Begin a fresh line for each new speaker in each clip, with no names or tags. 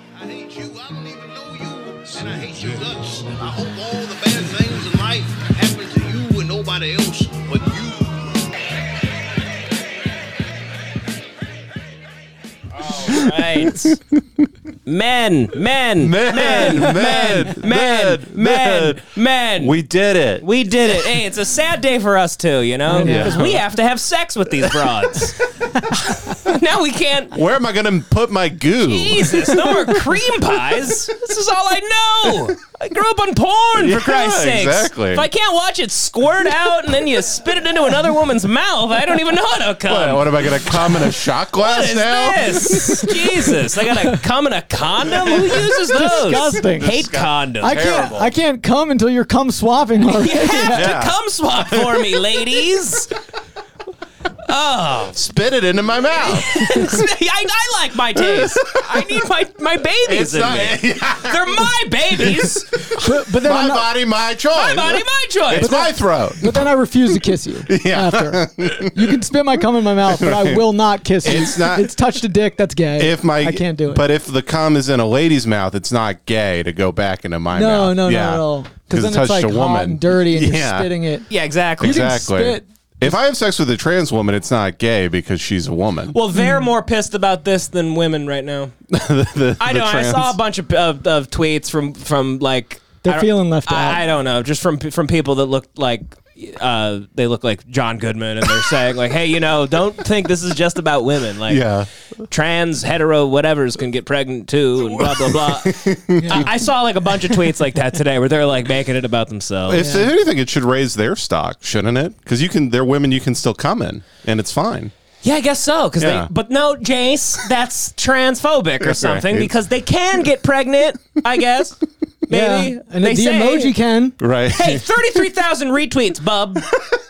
you. I don't even know you. And I hate your guts. I hope all the bad things in life happen to you and nobody else but you.
Right. men, men, men, men, men, men, men, men.
We did it.
We did it. Hey, it's a sad day for us too, you know,
Yeah.
because we have to have sex with these broads. now we can't.
Where am I going to put my goo?
Jesus, no more cream pies. This is all I know. I grew up on porn,
Yeah,
for Christ's sake.
exactly.
If I can't watch it squirt out and then you spit it into another woman's mouth, I don't even know how to come.
What, what am I going to come in a shot glass
What is
now?
this? Jesus, I gotta come in a condom. Who uses those?
Disgusting.
Hate condoms.
I can't. I can't come until you're cum swapping already.
you have
Yeah.
to come swap for me, ladies.
Spit it into my mouth.
I, I like my taste. I need my my babies
It's
in
not,
me. They're my babies.
but, but then
my
I'm not-
body, my choice.
My body, my choice.
It's my throat.
But then I refuse to kiss you after. You can spit my cum in my mouth, but I will not kiss you.
It's not-
It's touched a dick. That's gay.
If my
I can't do it.
But if the cum is in a lady's mouth, it's not gay to go back into my
no,
mouth.
no,
Yeah.
no, no,
Because
Because
it
then it's
touched
like
a
hot
woman.
and dirty, and
Yeah.
you're spitting it.
Yeah, exactly.
You can
Exactly.
spit.
If I have sex with a trans woman, it's not gay because she's a woman.
Well, they're more pissed about this than women right now.
The-
I
the
know. I
trans-
saw a bunch of, of, of tweets from from like
They're
I don't-
feeling left out.
I, I don't know, just from from people that looked like uh, they look like John Goodman, and they're saying like, "Hey, you know, don't think this is just about women. Like,
Yeah.
trans, hetero, whatever's can get pregnant too, and blah blah blah." I, I saw like a bunch of tweets like that today where they're like making it about themselves.
If anything, it should raise their stock, shouldn't it? Because you can, they're women you can still come in, and it's fine.
Yeah, I guess so. Because
Yeah.
they, but no, Jace, that's transphobic or something.
Right.
Because they can get pregnant. I guess. Maybe.
Yeah. And
they
the
say-
emoji can.
Right.
Hey, 33,000 retweets, bub.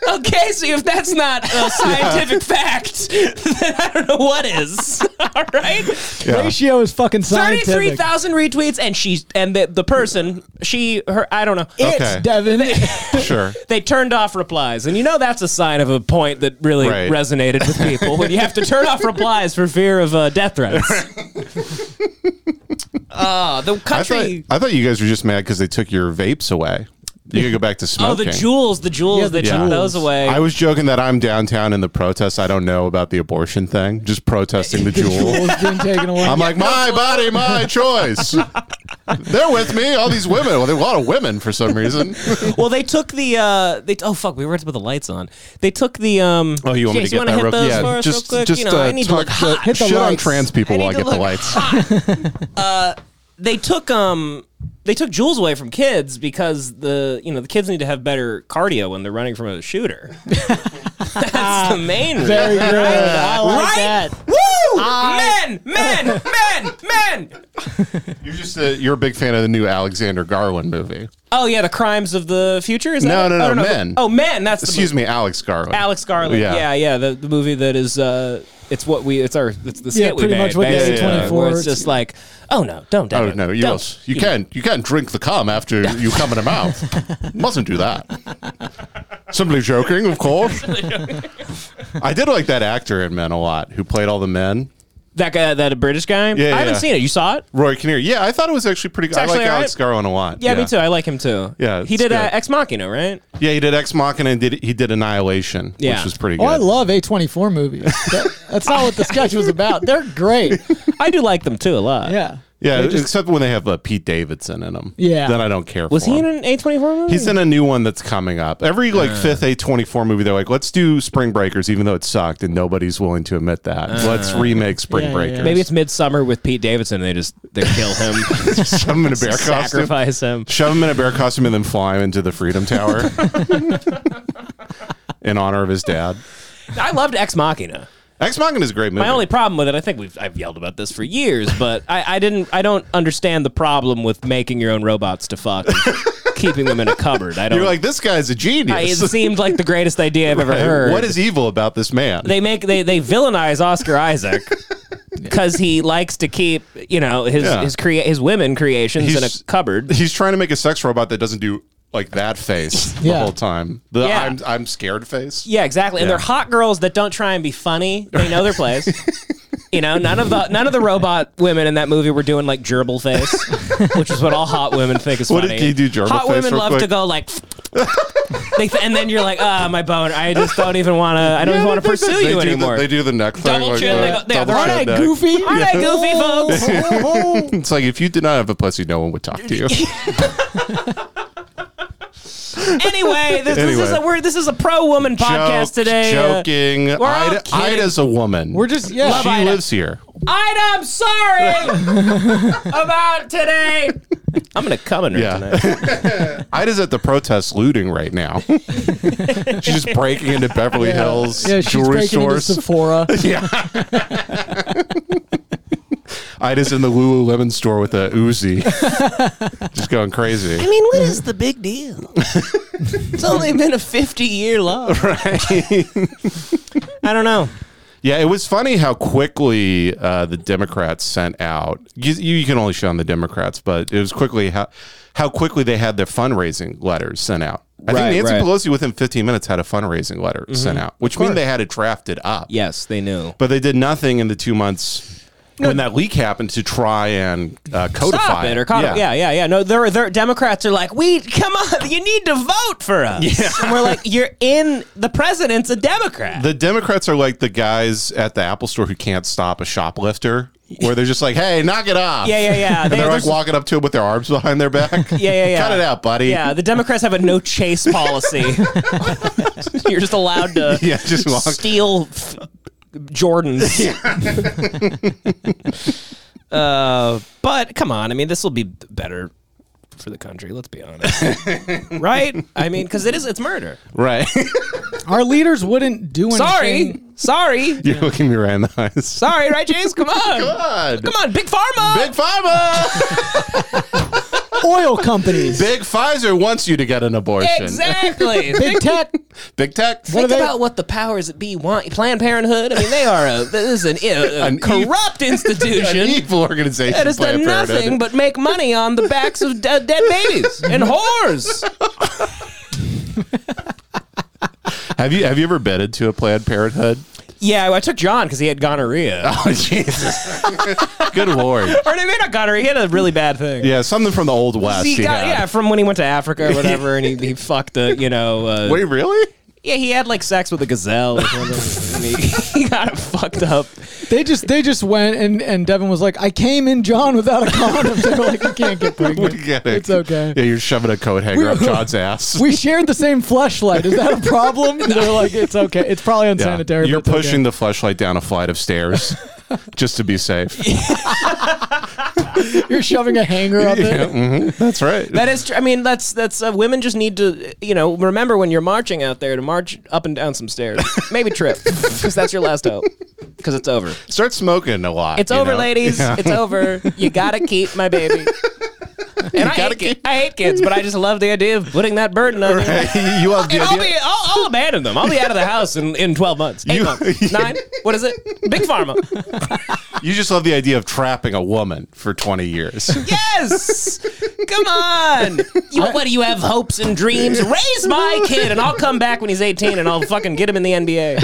Okay, so if that's not a scientific fact, then I don't know what is. All right?
Yeah.
Ratio is fucking scientific.
33,000 retweets and she's and the, the person, she her I don't know.
Okay.
Devin.
sure.
They turned off replies. And you know that's a sign of a point that really
Right.
resonated with people when you have to turn off replies for fear of uh, death threats. Uh, the
I thought,
country
I thought you guys were just mad because they took your vapes away. You could go back to
Oh,
smoking.
the jewels, the jewels,
Yeah,
they
the
took
jewels.
those away.
I was joking that I'm downtown in the protests. I don't know about the abortion thing. Just protesting the jewel.
Jewel's being taken away.
I'm like, my body, my choice. They're with me. All these women. Well, there are a lot of women for some reason.
Well, they took the uh, they oh fuck, we were about to put the lights on. They took the um.
Oh, you want
Jace,
me to get
wanna
that
hit
real?
those
yeah,
for us
just
real quick?
just
you know,
uh,
I need to look
talk-
hot.
Hit the
shit on
lights.
trans people
I
while I
need to
get the
look Uh,
lights.
They took um they took jewels away from kids because the you know the kids need to have better cardio when they're running from a shooter. That's the main reason.
Very good. I like
right?
that.
Woo!
I-
men, men, men, men.
You're just a, you're a big fan of the new Alexander Garland movie.
Oh yeah, the crimes of the future is that
No,
it?
no, no,
I don't know.
men.
Oh, men. That's the
Excuse me, Alex Garland.
Alex Garland. Yeah,
Yeah.
yeah, the, the movie that is uh, it's what we it's our it's the skit
Yeah,
we
pretty
made,
much what
they
basically,
did in
where
24.
It's just like, oh no, don't. do
Oh
it.
no, you
Don't.
must. You can't. You can't drink the cum after you come in the mouth. Mustn't do that. Simply joking, of course. I did like that actor in Men a lot, who played all the men.
That guy, that British guy.
yeah,
I haven't
yeah.
seen it. You saw it?
Roy Kinnear. Yeah, I thought it was actually pretty good. I like
actually all
Alex
right.
Garland a lot.
Yeah, me too. I like him too.
Yeah,
he
it's
did uh,
good.
Ex Machina, right?
Yeah, he did Ex Machina and did he did Annihilation,
Yeah.
which was pretty good.
Oh, I love A24 movies. That- that's not what the sketch was about. They're great.
I do like them too a lot.
Yeah.
yeah,
They just-
except when they have uh, Pete Davidson in them.
Yeah.
then I don't care.
Was
for
he
him.
in an A twenty four movie?
He's in a new one that's coming up. Every like fifth A24 movie, they're like, let's do Spring Breakers, even though it sucked, and nobody's willing to admit that. let's remake Spring
Yeah, yeah,
Breakers.
yeah.
Maybe it's Midsummer with Pete Davidson. and They just they kill him,
shove him in a bear costume.
sacrifice him.
Shove him in a bear costume and then fly him into the Freedom Tower in honor of his dad.
I loved Ex Machina.
Ex Machina is a great movie.
My only problem with it, I think we've I've yelled about this for years, but I, I didn't I don't understand the problem with making your own robots to fuck, and keeping them in a cupboard. I don't.
You're like, this guy's a genius.
I, it seemed like the greatest idea I've ever heard.
What is evil about this man?
they make they they villainize Oscar Isaac because he likes to keep you know his
Yeah.
his crea- his women creations in
He's-
a cupboard.
He's trying to make a sex robot that doesn't do like that face the
Yeah.
whole time. The
Yeah.
I'm I'm scared face.
Yeah, exactly. And they're hot girls that don't try and be funny. They know their place. You know, none of the none of the robot women in that movie were doing like gerbil face, which is what all hot women think is
What did
funny.
he do, gerbil
hot
face
women
real
love to
quick?
go like, they th- and then you're like, ah, my bone. I just don't even want to. I don't even want to pursue
they
you
do
anymore.
The, they do the neck thing.
Double
like
chin, they
that.
go- yeah,
Double
they're
chin
all
neck.
Goofy.
all right, goofy Oh. folks.
It's like if you did not have a pussy, no one would talk to you.
Anyway, this, this is
Anyway.
a we're, this is a pro woman podcast
Jokes,
today. Uh,
Joking.
we're all
Ida,
kidding.
Ida's a woman.
We're just yeah.
Love
she
Ida.
lives here.
Ida, I'm sorry about today. I'm gonna come in her
Yeah.
tonight.
Ida's at the protest looting right now. she's just breaking into Beverly Hills
yeah, she's
jewelry
breaking into
stores.
Sephora.
Yeah. Ida's in the Lululemon store with a Uzi, just going crazy.
I mean, what is the big deal? it's only been a 50 year love. I don't know.
Yeah, it was funny how quickly uh, the Democrats sent out. You, you can only shit on the Democrats, but it was quickly how how quickly they had their fundraising letters sent out. I
Right,
think Nancy
right. Mm-hmm.
Pelosi within 15 minutes had a fundraising letter sent out, which means they had it drafted up.
Yes, they knew.
but they did nothing in the two months when that leak happened to try and uh, codify
Stop it or caught yeah. yeah, yeah, yeah. No, they're, they're Democrats are like, we come on, you need to vote for us. And we're like, you're in the president's a Democrat.
The Democrats are like the guys at the Apple store who can't stop a shoplifter, where they're just like, "Hey, knock it off!"
Yeah, yeah, yeah.
And
They-
they're
they're
like
so-
walking up to him with their arms behind their back.
yeah, yeah, yeah.
Cut it out, buddy.
yeah, the Democrats have a no chase policy. you're just allowed to
Yeah, just walk.
steal f- Jordans. uh, but come on, I mean, this will be better for the country. Let's be honest, right? I mean, because it is—it's murder.
Right.
Our leaders wouldn't do anything.
Sorry, sorry,
You're looking me right in the eyes.
sorry, right, James? Come on,
God.
come on, big pharma.
Big Pharma!
Oil companies.
Big Pfizer wants you to get an abortion.
Exactly.
Big tech.
Big Tech.
Think
they-
about what the powers that be want. Planned Parenthood. I mean, they are a this is an, a, a
An ev-
corrupt
An
institution
evil organization.
that has done
Planned Parenthood.
nothing but make money on the backs of de- dead babies and whores.
Have you have you ever bedded to a Planned Parenthood?
Yeah, I took John because he had gonorrhea.
Oh Jesus! Good lord!
or maybe not gonorrhea. He had a really bad thing.
Yeah, something from the old west.
He
he
got,
had.
yeah, from when he went to Africa or whatever, and he, he fucked a, you know, uh,
Wait, really?
yeah, he had like sex with a gazelle or something. and he, he got it fucked up.
They just they just went and and Devin was like, I came in John without a condom. They were like, you can't get pregnant.
We get it.
It's okay.
Yeah, you're shoving a coat hanger up John's ass.
We shared the same flashlight. Is that a problem? They're like, it's okay. It's probably
Yeah.
unsanitary.
You're
but it's
pushing the flashlight down a flight of stairs just to be safe.
okay. You're shoving a hanger up
Yeah,
it.
mhm, That's right.
That is true. I mean, that's that's uh, women just need to, you know, remember when you're marching out there to march up and down some stairs. Maybe trip because that's your last hope. Because it's over.
Start smoking a lot.
It's
you
over,
know?
ladies.
Yeah.
It's over. You gotta keep my baby. And I hate,
gotta
ki-
keep-
I hate kids, but I just love the idea of putting that burden on them.
you love the
And I'll be,
idea.
I'll, I'll abandon them. I'll be out of the house in, in 12 months. Eight
You-
months. Nine? What is it? Big Pharma.
You just love the idea of trapping a woman for 20 years.
Yes! Come on! You, what do you have hopes and dreams? Raise my kid, and I'll come back when he's 18 and I'll fucking get him in the NBA.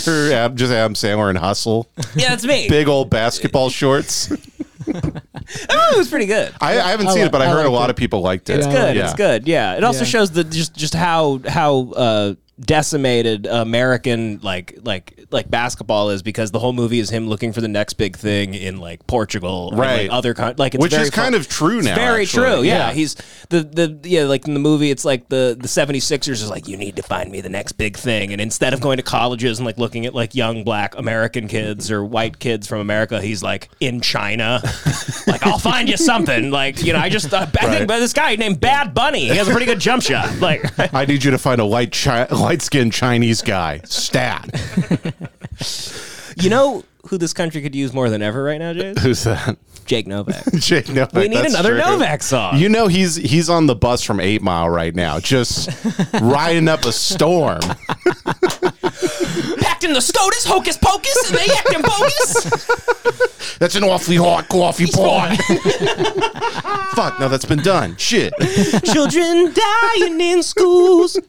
you're you're Ab- just Adam Sandler and Hustle.
Yeah, that's me.
Big old basketball shorts.
Oh, it was pretty good.
I, I haven't seen
li-
it, but I,
I
heard a
liked
lot
it.
of people liked it.
It's
It's good.
Yeah.
It's good. Yeah. It also
Yeah.
shows the just just how how uh, decimated American like like like basketball is because the whole movie is him looking for the next big thing in like Portugal, and,
Right.
like other con- like it's
Which
very
is kind
fun.
of true
It's
now,
very
actually.
true. Yeah.
Yeah.
He's the the yeah like in the movie it's like the the 76ers is like you need to find me the next big thing and instead of going to colleges and like looking at like young black American kids or white kids from America he's like in China like I'll find you something like you know I just uh, I
Right.
think this guy named Bad Bunny he has a pretty good jump shot like
I need you to find a light chi- light skinned Chinese guy. Stat.
you know who this country could use more than ever right now James
Who's that?
Jake Novak
Jake Novak.
we need
that's
another
true.
Novak song
You know he's he's on the bus from Eight Mile right now, just riding up a storm.
packed in the SCOTUS hocus pocus and they acting bogus
That's an awfully hot coffee pot. Fuck, no, that's been done. Shit.
children dying in schools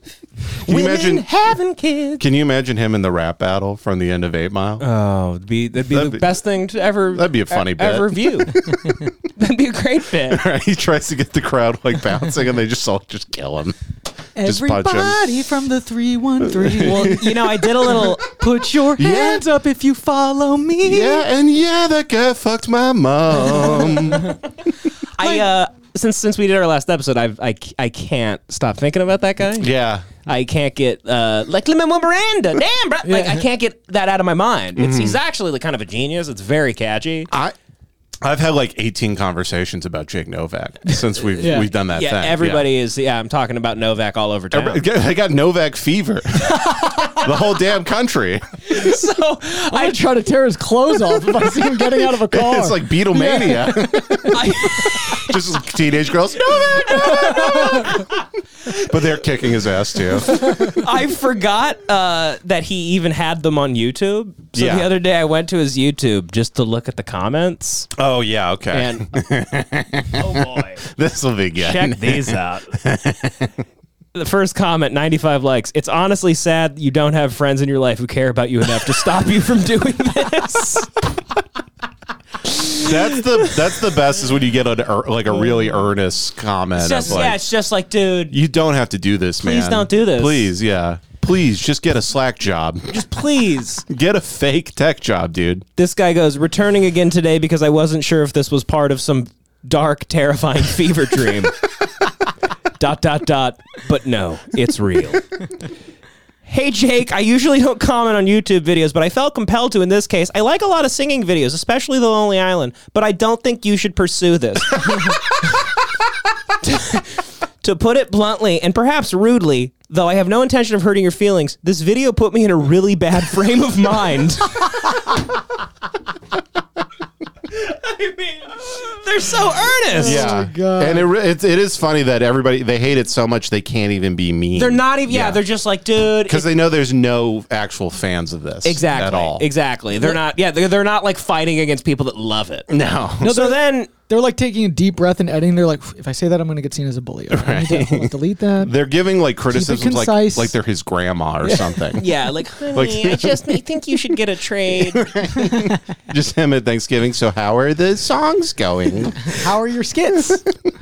Can you imagine?
having kids?
Can you imagine him in the rap battle from the end of Eight Mile?
Oh, it'd be that'd be
That'd
the
be-
best thing to ever.
that'd be a funny
e-
bit.
ever viewed. that'd be a great bit.
he tries to get the crowd like bouncing, and they just all just kill him. Just punch him.
Everybody from the 313.
Well, you know, I did a little.
Put your
Yeah.
hands up if you follow me.
Yeah, and yeah, that guy fucked my mom.
I uh, since since we did our last episode, I've I, c- I can't stop thinking about that guy.
yeah,
I can't get uh, like Lin-Manuel Miranda. Damn, bro. Like I can't get that out of my mind. It's he's actually like kind of a genius. It's very catchy.
I. I've had like 18 conversations about Jake Novak since we've
Yeah.
we've done that
yeah,
thing.
everybody is. Yeah, I'm talking about Novak all over town.
I got Novak fever. the whole damn country.
so
I would try to tear his clothes off if I see him getting out of a car.
It's like Beatlemania. Just like teenage girls. Novak, Novak. but they're kicking his ass too.
I forgot uh, that he even had them on YouTube. So
Yeah.
the other day I went to his YouTube just to look at the comments.
Oh yeah, okay.
And oh boy,
this will be good.
check these out. The first comment, 95 likes. It's honestly sad you don't have friends in your life who care about you enough to stop you from doing this.
That's the that's the best is when you get an ear like a really earnest comment.
It's just,
of like,
yeah, it's just like, dude,
you don't have to do this, man.
Please don't do this.
Please, yeah. Please just get a Slack job. Just
please.
get a fake tech job, dude.
This guy goes, returning again today because I wasn't sure if this was part of some dark, terrifying fever dream. dot, dot, dot. But no, it's real. Hey Jake, I usually don't comment on YouTube videos, but I felt compelled to in this case. I like a lot of singing videos, especially The Lonely Island, but I don't think you should pursue this. to put it bluntly and perhaps rudely, though I have no intention of hurting your feelings, this video put me in a really bad frame of mind. I mean, they're so earnest.
Yeah,
God.
and it, re- it it is funny that everybody they hate it so much they can't even be mean.
They're not even, yeah, they're just like, dude,
because they know there's no actual fans of this
Exactly.
at all.
Exactly. They're not. Yeah. They're, they're not like fighting against people that love it.
No.
so then,
They're like taking a deep breath and editing. They're like, if I say that, I'm going to get seen as a bully. Okay, I need to- I'll delete that.
They're giving like criticisms like
concise.
like they're his grandma or something.
yeah, like, honey, I just I think you should get a trade.
Just him at Thanksgiving. So how are the songs going?
How are your skits?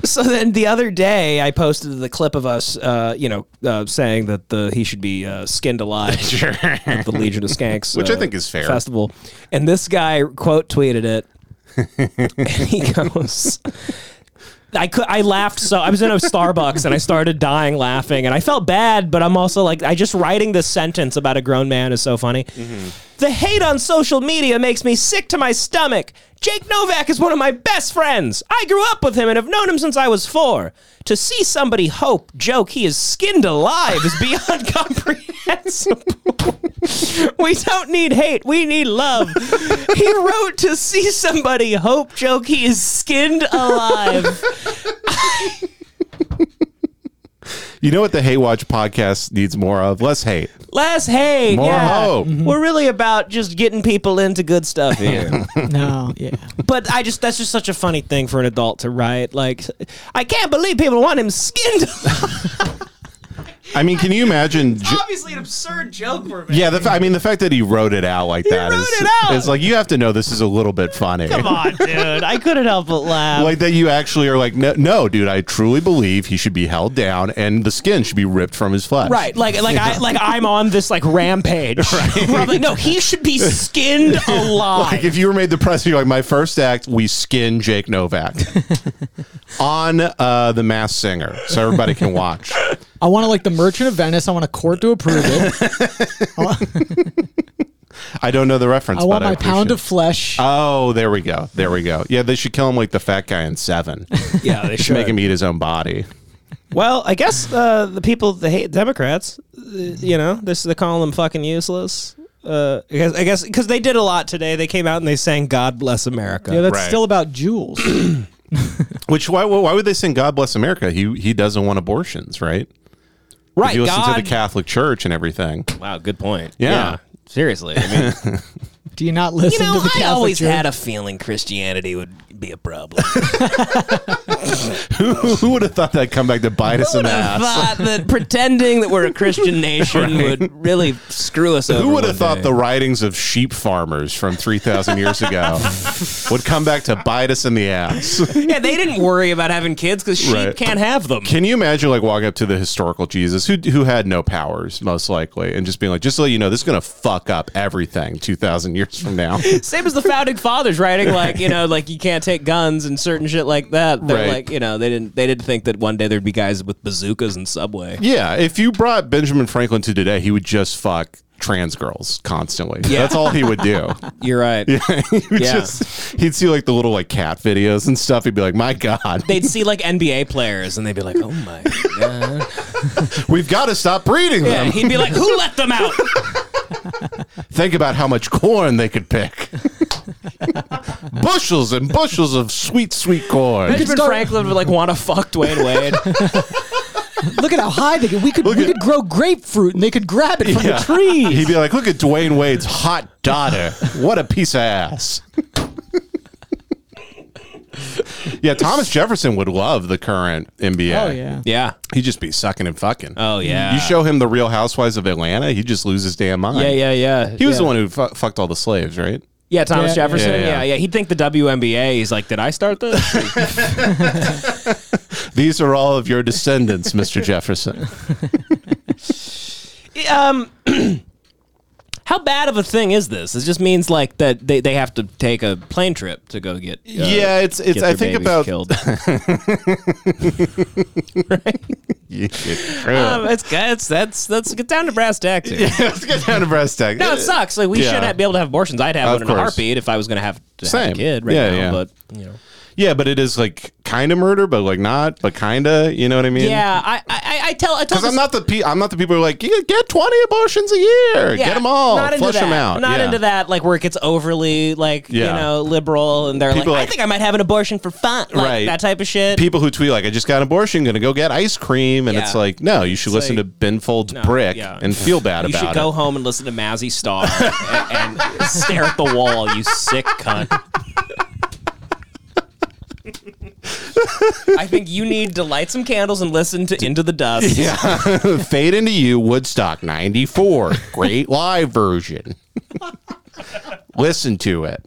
so then the other day, I posted the clip of us, uh, you know, uh, saying that the he should be uh, skinned alive
Sure.
at the Legion of Skanks,
Which I
uh,
think is fair.
Festival, and this guy quote tweeted it, and he goes. I could. I laughed so I was in a Starbucks and I started dying laughing, and I felt bad, but I'm also like, I just writing this sentence about a grown man is so funny.
Mm-hmm.
The hate on social media makes me sick to my stomach. Jake Novak is one of my best friends. I grew up with him and have known him since I was four. To see somebody hope, joke, he is skinned alive is beyond comprehensible. we don't need hate, we need love. He wrote to see somebody hope, joke, he is skinned alive.
You know what the Hate Watch podcast needs more of? Less hate.
Less hate.
More
yeah.
hope. Mhm.
We're really about just getting people into good stuff here.
no, yeah.
But I just that's just such a funny thing for an adult to write. Like I can't believe people want him skinned.
I mean, can you imagine? J-
Obviously an absurd joke for me.
yeah, the, fa- I mean the fact that he wrote it out like that
wrote
is
it out.
is like you have to know this is a little bit funny.
Come on, dude. I couldn't help but
Um,
laugh.
Like that you actually are like no, no, dude. I truly believe he should be held down and the skin should be ripped from his flesh.
Right, like like I like I'm on this like rampage. Where I'm like, no, he should be skinned alive.
Like if you were made the press, you're like, my first act, we skin Jake Novak on uh, the Mass Singer, so everybody can watch.
I want to like the Merchant of Venice. I want a court to approve it.
I don't know the reference.
I want
but
my pound
appreciate
of flesh.
it. Oh, there we go. There we go. Yeah, they should kill him like the fat guy in Seven.
yeah, they
Should make him eat his own body.
Well, I guess uh, the people that hate Democrats, uh, you know, this they call them fucking useless. Uh, I guess- I guess because they did a lot today. They came out and they sang "God Bless America."
yeah, that's
right.
still about jewels.
Which why why would they sing "God Bless America"? He he doesn't want abortions, right?
right,
If you listen
God.
to the Catholic Church and everything.
wow, good point.
Yeah.
seriously. I mean,
Do you not listen
You know,
to the
I
Catholic
always
Church?
had a feeling Christianity would be a problem.
who, who would have thought that'd come back to bite us in the
I
ass?
thought that pretending that we're a Christian nation would really screw us over.
Who would
one
have thought
day.
the writings of sheep farmers from 3,000 years ago would come back to bite us in the ass?
Yeah, they didn't worry about having kids because sheep
Right.
can't have them.
Can you imagine like walking up to the historical Jesus who who had no powers most likely and just being like, just so you know, this is gonna fuck up everything two thousand years from now.
Same as the founding fathers writing, like you know, like you can't take guns and certain shit like that. They're
Right.
like, you know, they didn't they didn't think that one day there'd be guys with bazookas and subway.
yeah, if you brought Benjamin Franklin to today, he would just fuck trans girls constantly.
Yeah.
That's all he would do.
You're right.
he would
Yeah.
just he'd see like the little like cat videos and stuff. He'd be like, My God,
They'd see like NBA players and they'd be like, oh my god.
we've gotta stop breeding
Yeah,
them.
he'd be like, who let them out?
Think about how much corn they could pick. bushels and bushels of sweet, sweet corn.
Benjamin
start-
Franklin would like want to fuck Dwayne Wade.
Look at how high they could. We could we
at-
could grow grapefruit and they could grab it from
Yeah.
the trees.
He'd be like, look at Dwayne Wade's hot daughter. What a piece of ass. yeah, Thomas Jefferson would love the current NBA.
Oh yeah.
yeah.
He'd just be sucking and fucking.
Oh, yeah.
You show him the Real Housewives of Atlanta, he'd just lose his damn mind.
Yeah, yeah, yeah.
He was
yeah.
the one who fu- fucked all the slaves, right?
Yeah, Thomas
Yeah, yeah,
Jefferson. Yeah
yeah.
yeah. He'd think the WNBA. He's like, did I start this?
These are all of your descendants, Mr. Jefferson.
um, how bad of a thing is this? It just means like that they, they have to take a plane trip to go get. uh,
yeah, it's
get
it's. I
their
think
babies
about.
killed.
Yeah, true.
um, it's good. It's, that's that's get down to brass tacks. here.
Let's get down to Uh, brass tag.
No, it sucks. Like we
Yeah.
shouldn't be able to have abortions. I'd have
Of
one in a
course.
heartbeat if I was going to have to have
Same.
a kid right
Yeah,
now.
yeah.
But you know.
Yeah, but it is like kind of murder, but like not, but kind of. You know what I mean?
Yeah, I I, I tell I tell
Because I'm
this-
not the pe- I'm not the people who are like "Yeah, get 20 abortions a year,
Yeah,
get them all,
Not into
flush
that.
them out.
Not
Yeah.
into that, like where it gets overly like
Yeah.
you know liberal, and they're like,
People
I
like-
think I might have an abortion for fun, like,
Right.
That type of shit.
People who tweet like I just got an abortion, gonna go get ice cream, and
Yeah.
it's like no, you should listen
like-
to Ben Folds
No,
Brick
yeah.
and feel bad
you
about
should go
it.
home and listen to Mazzy Star and, and stare at the wall, you sick cunt. I think you need to light some candles and listen to Into the Dust.
Yeah, fade into you Woodstock '94, great live version. listen to it.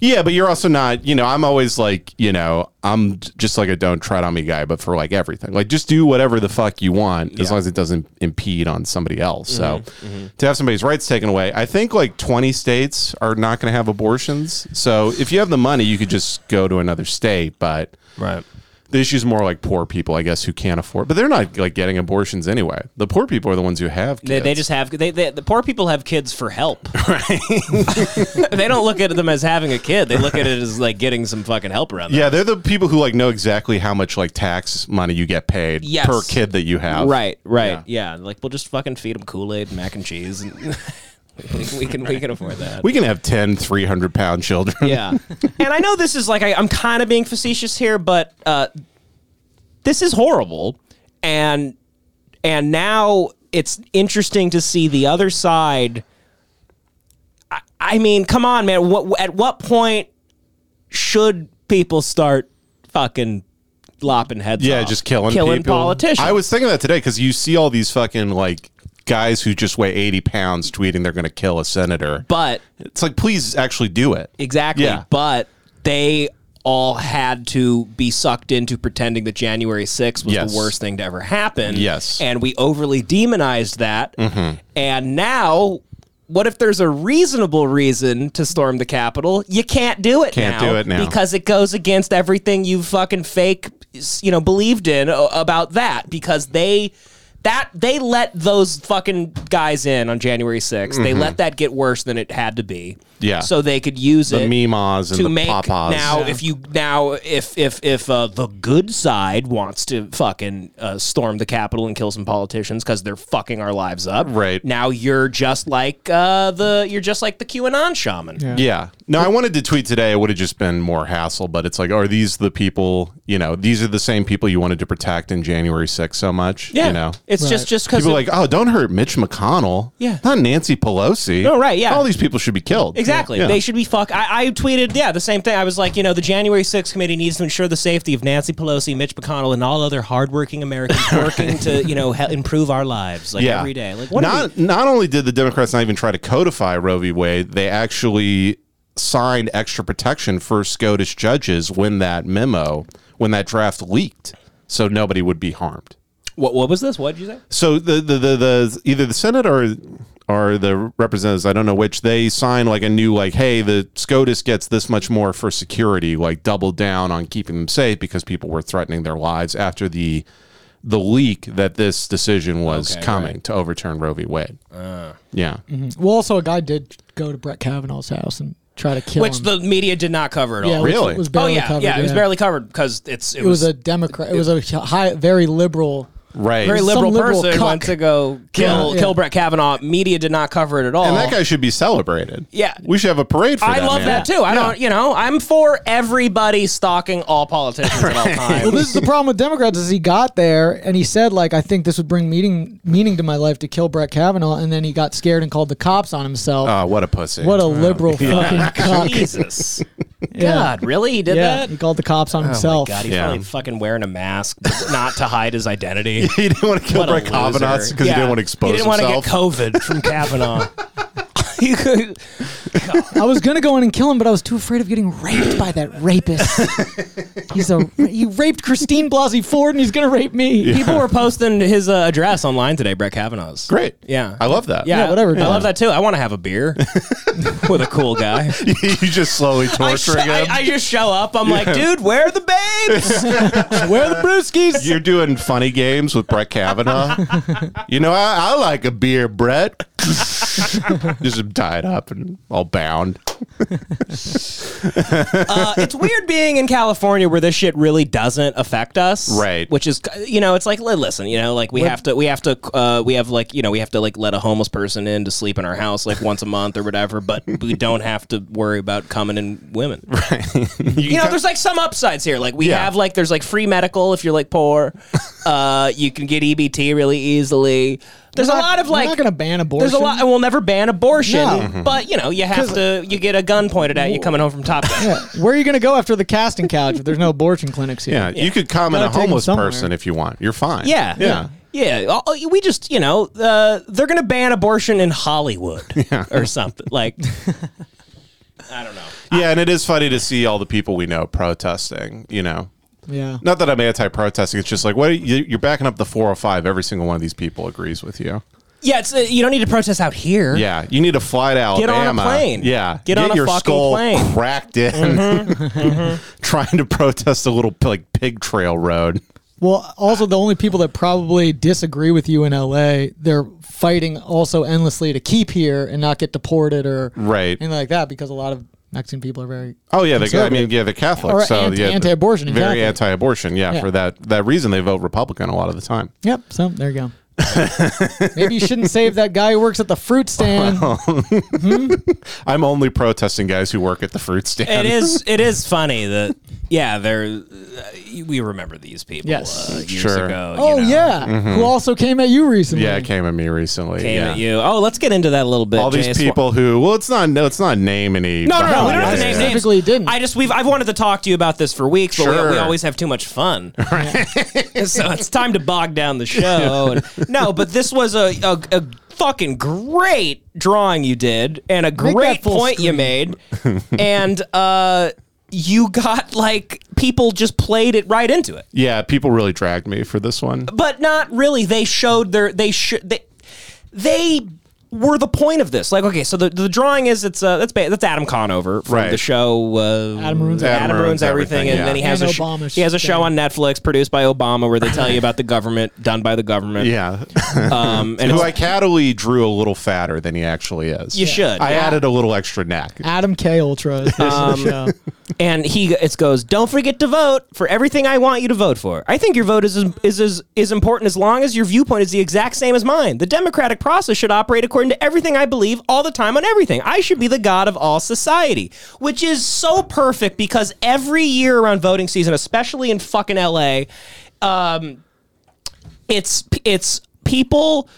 yeah, but you're also not, you know, I'm always like, you know, I'm j- just like a don't tread on me guy, but for like everything. Like just do whatever the fuck you want as long as it doesn't impede on somebody else. So
Mm-hmm.
to have somebody's rights taken away, I think like 20 states are not going to have abortions. So if you have the money, you could just go to another state, but
Right.
the issue is more like poor people, I guess, who can't afford. But they're not like getting abortions anyway. The poor people are the ones who have. Kids.
They, they just have they, they the poor people have kids for help. Right. they don't look at them as having a kid. They look at it as like getting some fucking help around. Them.
Yeah, they're the people who like know exactly how much like tax money you get paid
Yes.
per kid that you have.
Right. Right. Yeah. Like we'll just fucking feed them Kool Aid, mac and cheese, and we, we can we can afford that.
We can have 10 300 pound children.
yeah. And I know this is like I, I'm kind of being facetious here, but uh, this is horrible, and and now it's interesting to see the other side. I, I mean, come on, man. What at what point should people start fucking lopping heads?
Yeah,
off?
just killing
killing
people.
politicians.
I was thinking that today because you see all these fucking like guys who just weigh 80 pounds tweeting they're going to kill a senator.
but
it's like, please actually do it.
Exactly.
Yeah.
But they all had to be sucked into pretending that January 6th was
Yes.
the worst thing to ever happen.
Yes. Mm-hmm.
And we overly demonized that. And now, what if there's a reasonable reason to storm the Capitol? You can't do it
Can't
now.
do it now.
Because it goes against everything you fucking fake, you know, believed in o- about that. Because they. That they let those fucking guys in on January 6th. They let that get worse than it had to be.
Mm-hmm. Yeah.
So they could use
The
it
memas and
to
the
make
papas.
now if you now if if if uh, the good side wants to fucking uh, storm the Capitol and kill some politicians because they're fucking our lives up.
Right.
now, you're just like uh, the you're just like the QAnon shaman.
Yeah.
Yeah. No, I wanted to tweet today. It would have just been more hassle, but it's like, are these the people, you know, these are the same people you wanted to protect in January 6th so much?
Yeah.
You know,
It It's just
Right.
just because
People are like, oh, don't hurt Mitch McConnell.
Yeah.
Not Nancy Pelosi.
No, right, yeah.
All these people should be killed.
Exactly.
Yeah.
They should be fuck. I, I tweeted, yeah, the same thing. I was like, you know, the January 6th committee needs to ensure the safety of Nancy Pelosi, Mitch McConnell, and all other hardworking Americans working to, you know, he- improve our lives like
yeah.
every day. Like, what? are
not not only did the Democrats not even try to codify Roe v. Wade, they actually signed extra protection for Scottish judges when that memo, when that draft leaked, so nobody would be harmed.
we- what? What was this? What did you say?
So the the the, the either the Senate or or the representatives, I don't know which, they signed like a new like, hey, the SCOTUS gets this much more for security, like double down on keeping them safe because people were threatening their lives after the the leak that this decision was coming to overturn Roe v. Wade. Yeah.
Mm-hmm.
Well, also a guy did go to Brett Kavanaugh's house and try to kill
Which
him.
the media did not cover at all.
yeah, which
Really?
was
oh
barely
yeah,
covered,
yeah, It was barely covered because it's it,
It was a Democrat. It was a high, very liberal.
Right.
very
some
liberal,
liberal
person
cuck.
went to go kill
Yeah.
kill Brett Kavanaugh. Media did not cover it at all.
and that guy should be celebrated.
Yeah.
We should have a parade for
I
that.
love
man.
that too. I don't, you know, I'm for everybody stalking all politicians at all times.
Well, this is the problem with Democrats is he got there and he said like I think this would bring meaning meaning to my life to kill Brett Kavanaugh and then he got scared and called the cops on himself.
Oh, what a pussy.
what a liberal fucking cuck!
Jesus.
Yeah.
God, really? He did
Yeah,
that?
he called the cops on
Oh
himself.
my God, he's
Yeah.
probably fucking wearing a mask not to hide his identity.
he didn't want to kill
What a
Brett Kavanaugh
loser.
because
Yeah.
he didn't want to expose
He didn't want
himself.
to get COVID from Kavanaugh. He could-
I was gonna go in and kill him, but I was too afraid of getting raped by that rapist. he's a he raped Christine Blasey Ford, and he's gonna rape me.
People were posting his uh, address online today, Brett Kavanaugh's.
Great.
Yeah.
I love that.
Yeah,
Yeah, whatever,
I
dude.
love that too. I want to have a beer with a cool guy.
you just slowly
I, sh-
torturing him.
I, I just show up. I'm like, dude, where are the babes? where are the brewskis?
You're doing funny games with Brett Kavanaugh. you know, I, I like a beer, Brett. just tied up and all bound.
uh, it's weird being in California where this shit really doesn't affect us,
Right.
Which is, you know, it's like li- listen, you know, like we have to, we have to, uh, we have like, you know, we have to like let a homeless person in to sleep in our house like once a month or whatever, but we don't have to worry about coming in women. Right. you, know, there's like some upsides here. Like we
Yeah.
have like there's like free medical if you're like poor. uh, you can get EBT really easily. There's
We're
a
not-
lot of
we're
like
not gonna ban abortion.
There's a lot. and We'll never ban abortion,
No. Mhm.
but you know you have to. You get a gun pointed at you coming home from Top Gun.
Yeah. Where are you gonna go after the casting couch if there's no abortion clinics here?
Yeah, you could comment
Gotta
a
take him
homeless
somewhere.
person if you want. You're fine.
Yeah.
yeah.
Yeah. Oh, We just, you know, uh, they're going to ban abortion in Hollywood or something. Like, I don't know.
Yeah, and it is funny to see all the people we know protesting. You know,
Yeah.
not that I'm anti-protesting. It's just like what you, you're backing up the 405. Every single one of these people agrees with you.
Yeah. It's, uh, you don't need to protest out here.
Yeah, you need to fly to
Get on a
Alabama.
plane.
Yeah,
Get on a
your
fucking
skull
plane. Mm-hmm.
cracked in, trying to protest a little like pig trail road.
Well, also the only people that probably disagree with you in LA, they're fighting also endlessly to keep here and not get deported or
Right.
anything like that because a lot of Mexican people are very
Oh yeah, they, I
Conservative.
mean yeah, they're Catholic,
Or
so
anti-
yeah,
anti-abortion,
very
exactly.
anti-abortion. Yeah,
Yeah.
for that that reason they vote Republican a lot of the time.
Yep, so there you go. Maybe you shouldn't save that guy who works at the fruit stand.
I'm only protesting guys who work at the fruit
It
stand.
is, it is funny that, yeah, they're, uh, we remember these people
Yes.
uh, years
Sure.
ago.
oh
you know,
yeah. Who also came at you recently.
Mm-hmm. Yeah, it came at me recently.
Came
yeah.
at you. Oh, let's get into that a little bit.
All these
JS.
people who well, it's not no, it's not name any.
No, no, no. We don't
Yeah,
have to
yeah,
name
yeah.
names.
Specifically didn't.
I just we've I've wanted to talk to you about this for weeks, but we, we
Sure.
always have too much fun. so it's time to bog down the show. And- no, but this was a, a, a fucking great drawing you did, and a
that
great
full
point you made, and uh, you got like people just played it right into it
Yeah, people really dragged me for this one.
but not really. They showed their they should they they were the point of this. Like, okay, so the, the drawing is it's uh that's ba- that's Adam Conover from
Right.
the show uh,
Adam ruins
Adam,
Adam
ruins
Ruins
everything,
Everything,
and
yeah.
then he has
And
a sh-
Obama's
he has a show on
thing.
Netflix produced by Obama where they tell you about the government done by the government.
Yeah,
um, and
who
it's,
I cattily drew a little fatter than he actually is.
You should,
I
yeah.
added a little extra neck.
Adam K Ultra is this
Um,
show.
and he it goes, don't forget to vote for everything I want you to vote for. I think your vote is as, is as is important as long as your viewpoint is the exact same as mine. The democratic process should operate according to everything I believe all the time on everything. I should be the god of all society, which is so perfect because every year around voting season, especially in fucking LA, um, it's it's people people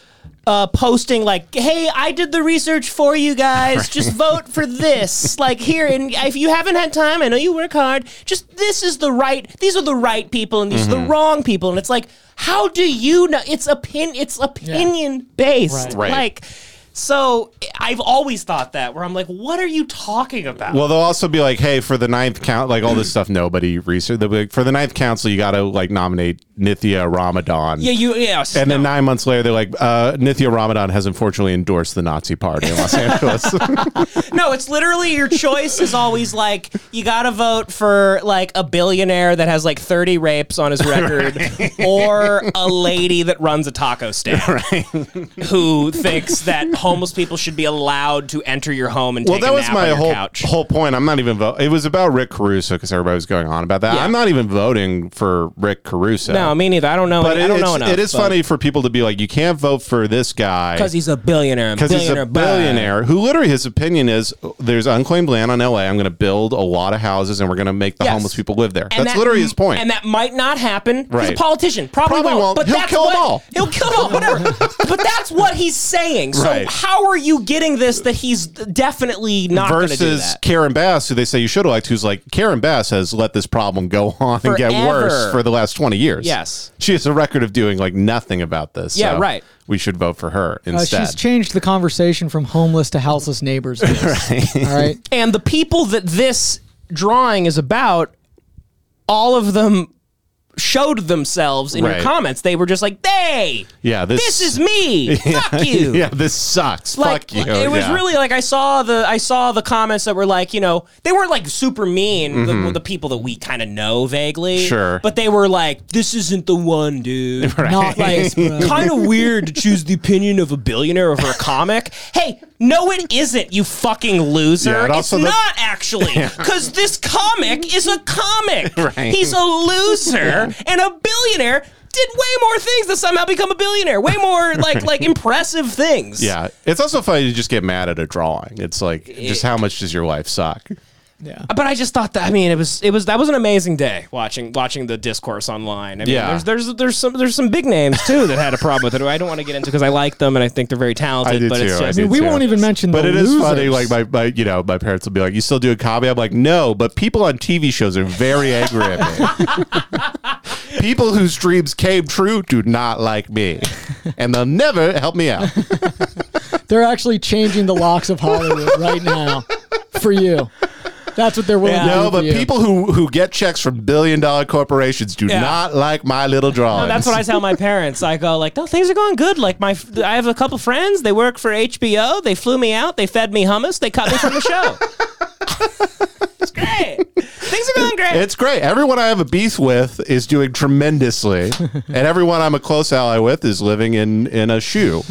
uh, posting like, "Hey, I did the research for you guys. Just vote for this." like here, and if you haven't had time, I know you work hard. Just this is the right. These are the right people, and these are
Mm-hmm.
the wrong people. And it's like, how do you know? It's opin. It's opinion based.
Right. Right.
Like. So I've always thought that where I'm like, what are you talking about?
Well, they'll also be like, "Hey, for the ninth count, like all this stuff, nobody researched. They'll be like, for the ninth council, you got to like nominate Nithya Ramadan."
yeah, you yeah.
And then nine months later, they're like, uh, "Nithya Ramadan has unfortunately endorsed the Nazi Party in Los Angeles."
No, it's literally your choice is always like you gotta vote for like a billionaire that has like thirty rapes on his record, or a lady that runs a taco stand who thinks that homeless people should be allowed to enter your home and
well,
take
that
a
was
nap
my
on
whole
your couch.
whole point. I'm not even voting. It was about Rick Caruso because everybody was going on about that.
Yeah.
I'm not even voting for Rick Caruso.
no, me neither. I don't know.
but
I
it-
don't
it's-
know enough.
it is funny for people to be like, "You can't vote for this guy."
because he's a billionaire.
because he's a billionaire who literally his opinion is there's unclaimed land on LA. I'm going to build a lot of houses and we're going to make the
Yes.
homeless people live there.
And
That's
that-
literally his point.
And that might not happen. He's a
Right.
politician. Probably,
Probably
won't.
won't.
But
He'll
that's
kill 'em
what,
all.
He'll kill them all. Whatever. but that's what he's saying. So
Right.
how are you getting this that he's definitely not going to do
Versus
that?
Karen Bass, who they say you should elect, who's like Karen Bass has let this problem go on and get
Forever.
worse for the last twenty years.
Yes.
she has a record of doing like nothing about this.
Yeah,
so
right. Oh,
We should vote for her
Uh,
instead.
she's changed the conversation from homeless to houseless neighbors. All right.
And the people that this drawing is about, all of them showed themselves in your
Right.
comments. They were just like, they.
yeah, this,
This is me. Fuck you.
yeah, this sucks.
like
Fuck you.
it was
Yeah.
really like I saw the I saw the comments that were like you know they weren't like super mean the, the people that we kind of know vaguely
Mm-hmm. Sure.
but they were like this isn't the one dude
Not
like
nice, bro.
kind of weird to choose the opinion of a billionaire over a comic hey no it isn't you fucking loser
Yeah, and
it's
also the-
not actually because this comic is a comic
Right.
he's a loser and a billionaire did way more things to somehow become a billionaire way more like like impressive things
Yeah, it's also funny to just get mad at a drawing. It's like, just how much does your life suck?
but I just thought that I mean it was it was that was an amazing day watching watching the discourse online. I mean,
Yeah.
there's, there's there's some there's some big names too that had a problem with it. who I don't want to get into because I like them and I think they're very talented.
I do
but it's
too, I
just
do
We
too.
won't even mention
But
the
it is
losers.
funny. Like my, my, you know, my parents will be like, "You still do a comedy?" I'm like, "No," but people on TV shows are very angry at me. people whose dreams came true do not like me, and they'll never help me out.
They're actually changing the locks of Hollywood right now for you. That's what they're willing to do.
No,
for
but
you.
people who who get checks from billion dollar corporations do
Yeah.
not like my little
No,
drawings.
that's what I tell my parents. I go like, "No, things are going good. Like my, I have a couple friends. They work for HBO. They flew me out. They fed me hummus. They cut me from the show. it's great. Things are going great.
It's great. Everyone I have a beef with is doing tremendously, and everyone I'm a close ally with is living in in a shoe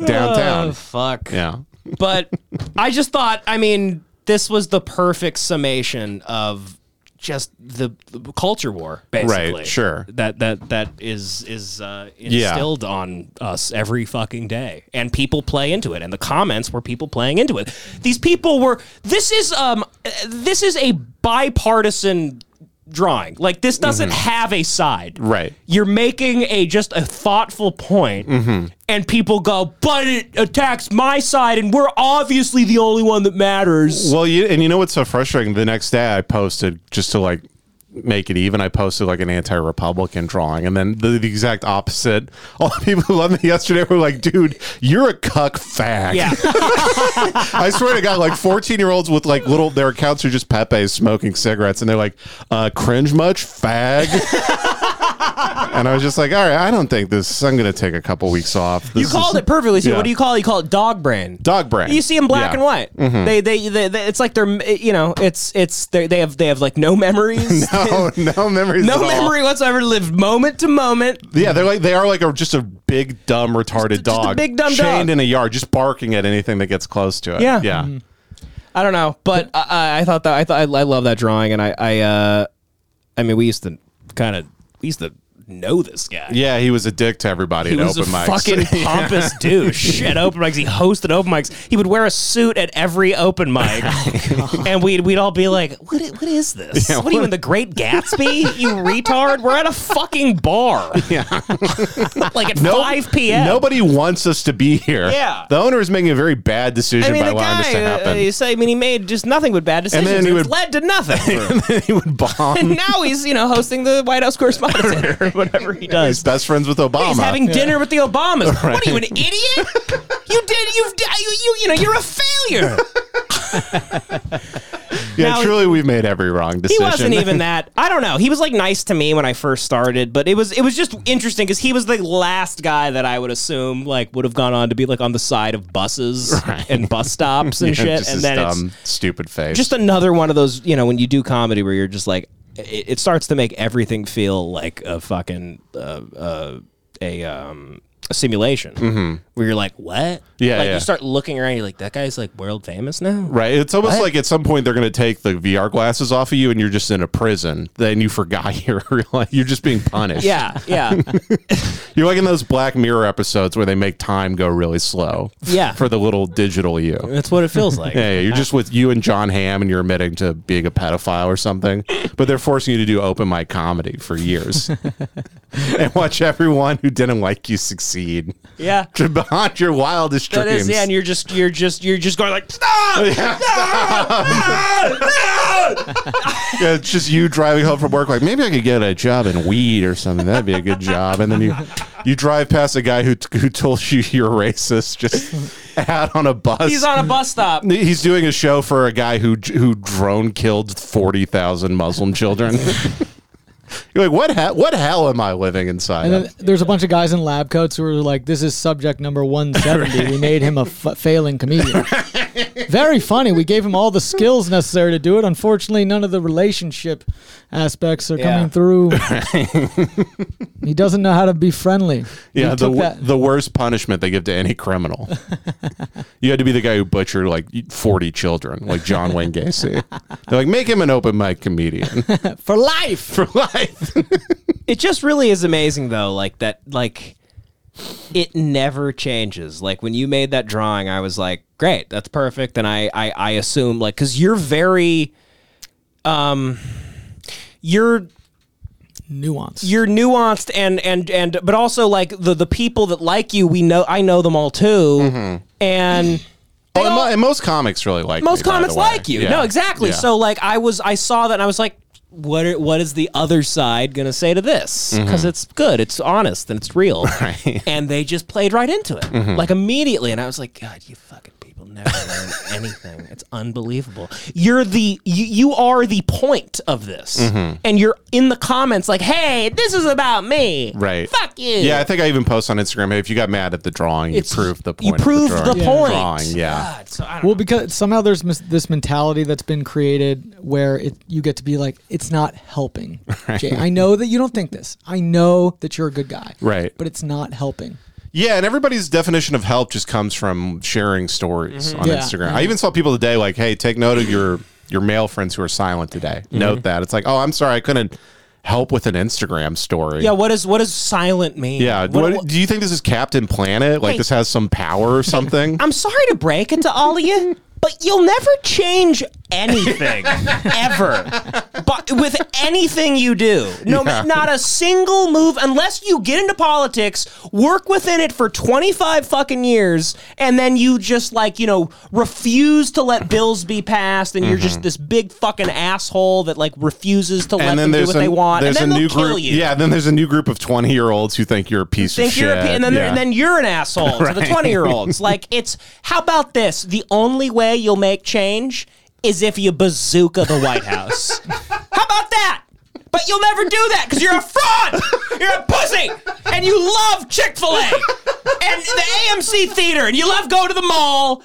Oh,
downtown.
fuck.
Yeah.
but I just thought, I mean, this was the perfect summation of just the, the culture war, basically.
Right, sure.
That that that is is uh,
Yeah.
instilled on us every fucking day, and people play into it, and the comments were people playing into it. These people were. This is um, uh, this is a bipartisan drawing. Like this doesn't have a side.
Mm-hmm. Right.
You're making a just a thoughtful point,
Mm-hmm.
and people go, but it attacks my side, and we're obviously the only one that matters.
Well, you and you know what's so frustrating? The next day, I posted just to like make it even. I posted like an anti-Republican drawing, and then the, the exact opposite. All the people who loved me yesterday were like, "Dude, you're a cuck fag."
Yeah.
I swear to God, like 14 year olds with like little, their accounts are just Pepe's smoking cigarettes and they're like, uh, cringe much, fag. and I was just like, all right, I don't think this, I'm going to take a couple weeks off.
You called it perfectly. So
yeah.
what do you call it? You call it dog brain.
Dog brain.
You see them black
Yeah. Mm-hmm.
and white. They, they, they, they- it's like they're, you know, it's, it's, they they have, they have like no memories,
No, no memories.
no
at all.
memory whatsoever. Live moment to moment.
Yeah, they're like they are like a, just a big dumb retarded
just a
dog,
big dumb
chained
dog.
in a yard, just barking at anything that gets close to it.
Yeah. Mm-hmm.
yeah.
I don't know, but I- I, I thought that I thought I, I love that drawing, and I, I, uh, I mean, we used to kind of we used to know this guy.
Yeah, he was a dick to everybody
He
at
was a
open mics.
fucking pompous douche at open mics. He hosted open mics. He would wear a suit at every open mic,
Oh,
and we'd we'd all be like, "What? i- What is this? what, are you in the Great Gatsby? you retard! We're at a fucking bar. Yeah, like at
No-
five p.m.
Nobody wants us to be here.
Yeah.
The owner is making a very bad decision
I mean,
by
the
allowing this to
guy. uh,
happen.
you say, I mean, he made just nothing but bad
then
decisions.
he
It's
would-
led to nothing.
and then he would
and
bomb.
now he's you know hosting the White House Correspondents' Dinner or whatever he does.
He's best friends with Obama.
He's having dinner with the Obamas. What are you, an idiot? you did. You've d- you, you you know you're a failure.
yeah,
now-
truly, we've made every wrong
He
decision.
wasn't even that. I don't know. He was like nice to me when I first started, but it was it was just interesting because he was the last guy that I would assume like would have gone on to be like on the side of buses and bus stops and
You know,
shit.
just
And
his
then it's
dumb, stupid face.
just another one of those you know when you do comedy where you're just like it, it starts to make everything feel like a fucking uh, uh, a um a simulation where you're like what
Mm-hmm. Yeah,
like
yeah.
you start looking around you're like that guy's like world famous now
Right. It's almost
What?
like at some point they're going to take the VR glasses off of you and you're just in a prison. Then you forgot your real life. You're just being punished.
yeah yeah
You're like in those Black Mirror episodes where they make time go really slow.
Yeah.
For the little digital you. Yeah.
that's what it feels like
yeah, You're just with you and John Hamm and you're admitting to being a pedophile or something. But they're forcing you to do open mic comedy for years and watch everyone who didn't like you succeed.
yeah
Beyond your wildest
that
dreams.
is yeah and you're just you're just you're just going like stop
Yeah, it's just you driving home from work. Like maybe I could get a job in weed or something. That'd be a good job. And then you you drive past a guy who who told you you're racist just out on a bus.
he's on a bus stop
He's doing a show for a guy who who drone killed forty thousand Muslim children. You're like, what? He- what hell am I living inside?
And
of?
then there's a bunch of guys in lab coats who are like, "This is subject number 170. We made him a f- failing comedian. Very funny. We gave him all the skills necessary to do it. Unfortunately, none of the relationship aspects are
Yeah.
coming through. he doesn't know how to be friendly.
Yeah, the
he took
w-
that.
the worst punishment they give to any criminal. you had to be the guy who butchered like forty children, like John Wayne Gacy. They're like, make him an open mic comedian
for life.
for life.
it just really is amazing though like that like it never changes like when you made that drawing i was like great that's perfect and i i, I assume like because you're very um you're
Nuance.
you're nuanced and and and but also like the the people that like you we know i know them all too and
Oh, and, mo- and most comics really like
most
me, by the
comics
way.
like you.
Yeah.
No, exactly.
Yeah.
So like I was I saw that and I was like what are, what is the other side going to say to this?
Mm-hmm.
Cuz it's good, it's honest, and it's real. And they just played right into it.
Mm-hmm.
Like immediately and I was like god, you fucking people never learn anything. It's unbelievable. You're the you, you are the point of this.
Mm-hmm.
And you're in the comments like, "Hey, this is about me."
right,
Fuck you.
Yeah, I think I even post on Instagram. Hey, if you got mad at the drawing,
It's-
you proved the
you
point. of
proved
the, drawing.
the point.
Drawing, yeah.
God, so I don't
Well, because somehow there's mis- this mentality that's been created where it, you get to be like, it's not helping. Jay, I know that you don't think this. I know that you're a good guy.
Right.
But it's not helping.
Yeah, and everybody's definition of help just comes from sharing stories
Mm-hmm.
on
Yeah.
Instagram. I even saw people today like, "Hey, take note of your your male friends who are silent today.
Mm-hmm.
Note that it's like, oh, I'm sorry, I couldn't help with an Instagram story.
yeah, what is what does silent mean?
yeah. What, do you think this is Captain Planet? Like
Wait.
this has some power or something?
I'm sorry to break it to all of you, but you'll never change anything ever. But with anything you do, no, ma- not a single move, unless you get into politics, work within it for 25 fucking years, and then you just like you know refuse to let bills be passed, and
Mm-hmm.
you're just this big fucking asshole that like refuses to let them do what
a,
they want, and
there's
then
a
they'll
new
kill
group.
you.
Yeah, then there's a new group of 20 year olds who think you're a piece of
think
shit.
you're a pe- and then they're-
yeah.
and then you're an asshole to the 20 year olds like it's how about this the only way you'll make change is if you bazooka the white house how about that but you'll never do that because you're a fraud you're a pussy and you love chick-fil-a and the amc theater and you love going to the mall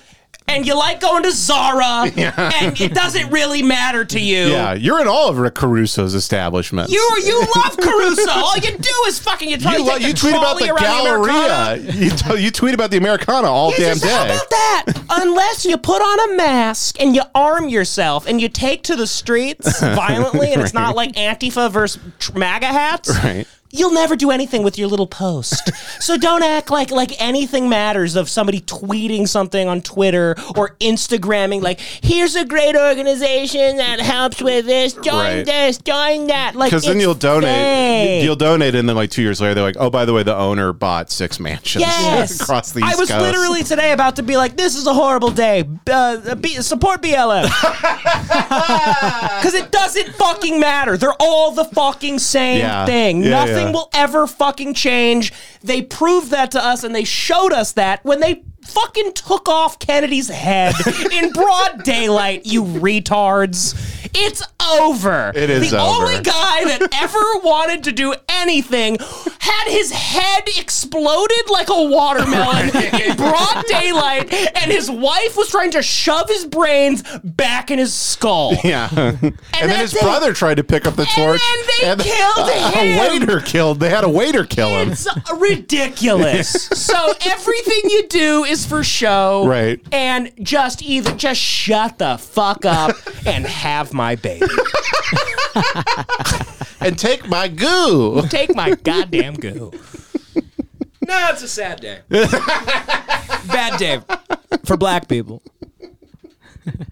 and you like going to Zara, and it doesn't really matter to you.
yeah, you're in all of Caruso's establishments.
You you love Caruso. All you do is fucking you try
you,
to
lo-
take
you
the
tweet about
trolley
the
around Americana.
Galleria. you, t- you tweet about the Americana all damn
It's just, How
day.
about that? Unless you put on a mask and you arm yourself and you take to the streets violently, and it's not like Antifa versus tr- MAGA hats.
Right.
You'll never do anything with your little post. so don't act like like anything matters of somebody tweeting something on Twitter or Instagramming like here's a great organization that helps with this, join
Right.
this, join that. Like
Because then
it's
you'll donate.
fake.
You'll donate, and then like two years later, they're like, "Oh, by the way, the owner bought six mansions
Yes,
across the East
I was
Coast.
literally today about to be like, "This is a horrible day. Uh, B- support BLM," because it doesn't fucking matter. They're all the fucking same
Yeah.
thing.
Yeah,
Nothing
yeah.
will ever fucking change. They proved that to us, and they showed us that when they fucking took off Kennedy's head in broad daylight. You retards. It's over.
It is
the
over.
only guy that ever wanted to do anything had his head exploded like a watermelon in broad daylight, and his wife was trying to shove his brains back in his skull.
Yeah, and, then
that's
his
it.
brother tried to pick up the torch,
then they killed him.
A waiter killed. They had a waiter kill him.
It's ridiculous. so everything you do is for show,
Right.
And just either just shut the fuck up and have my baby.
and take my goo.
Take my goddamn goo. No, it's a sad day. Bad day for black people.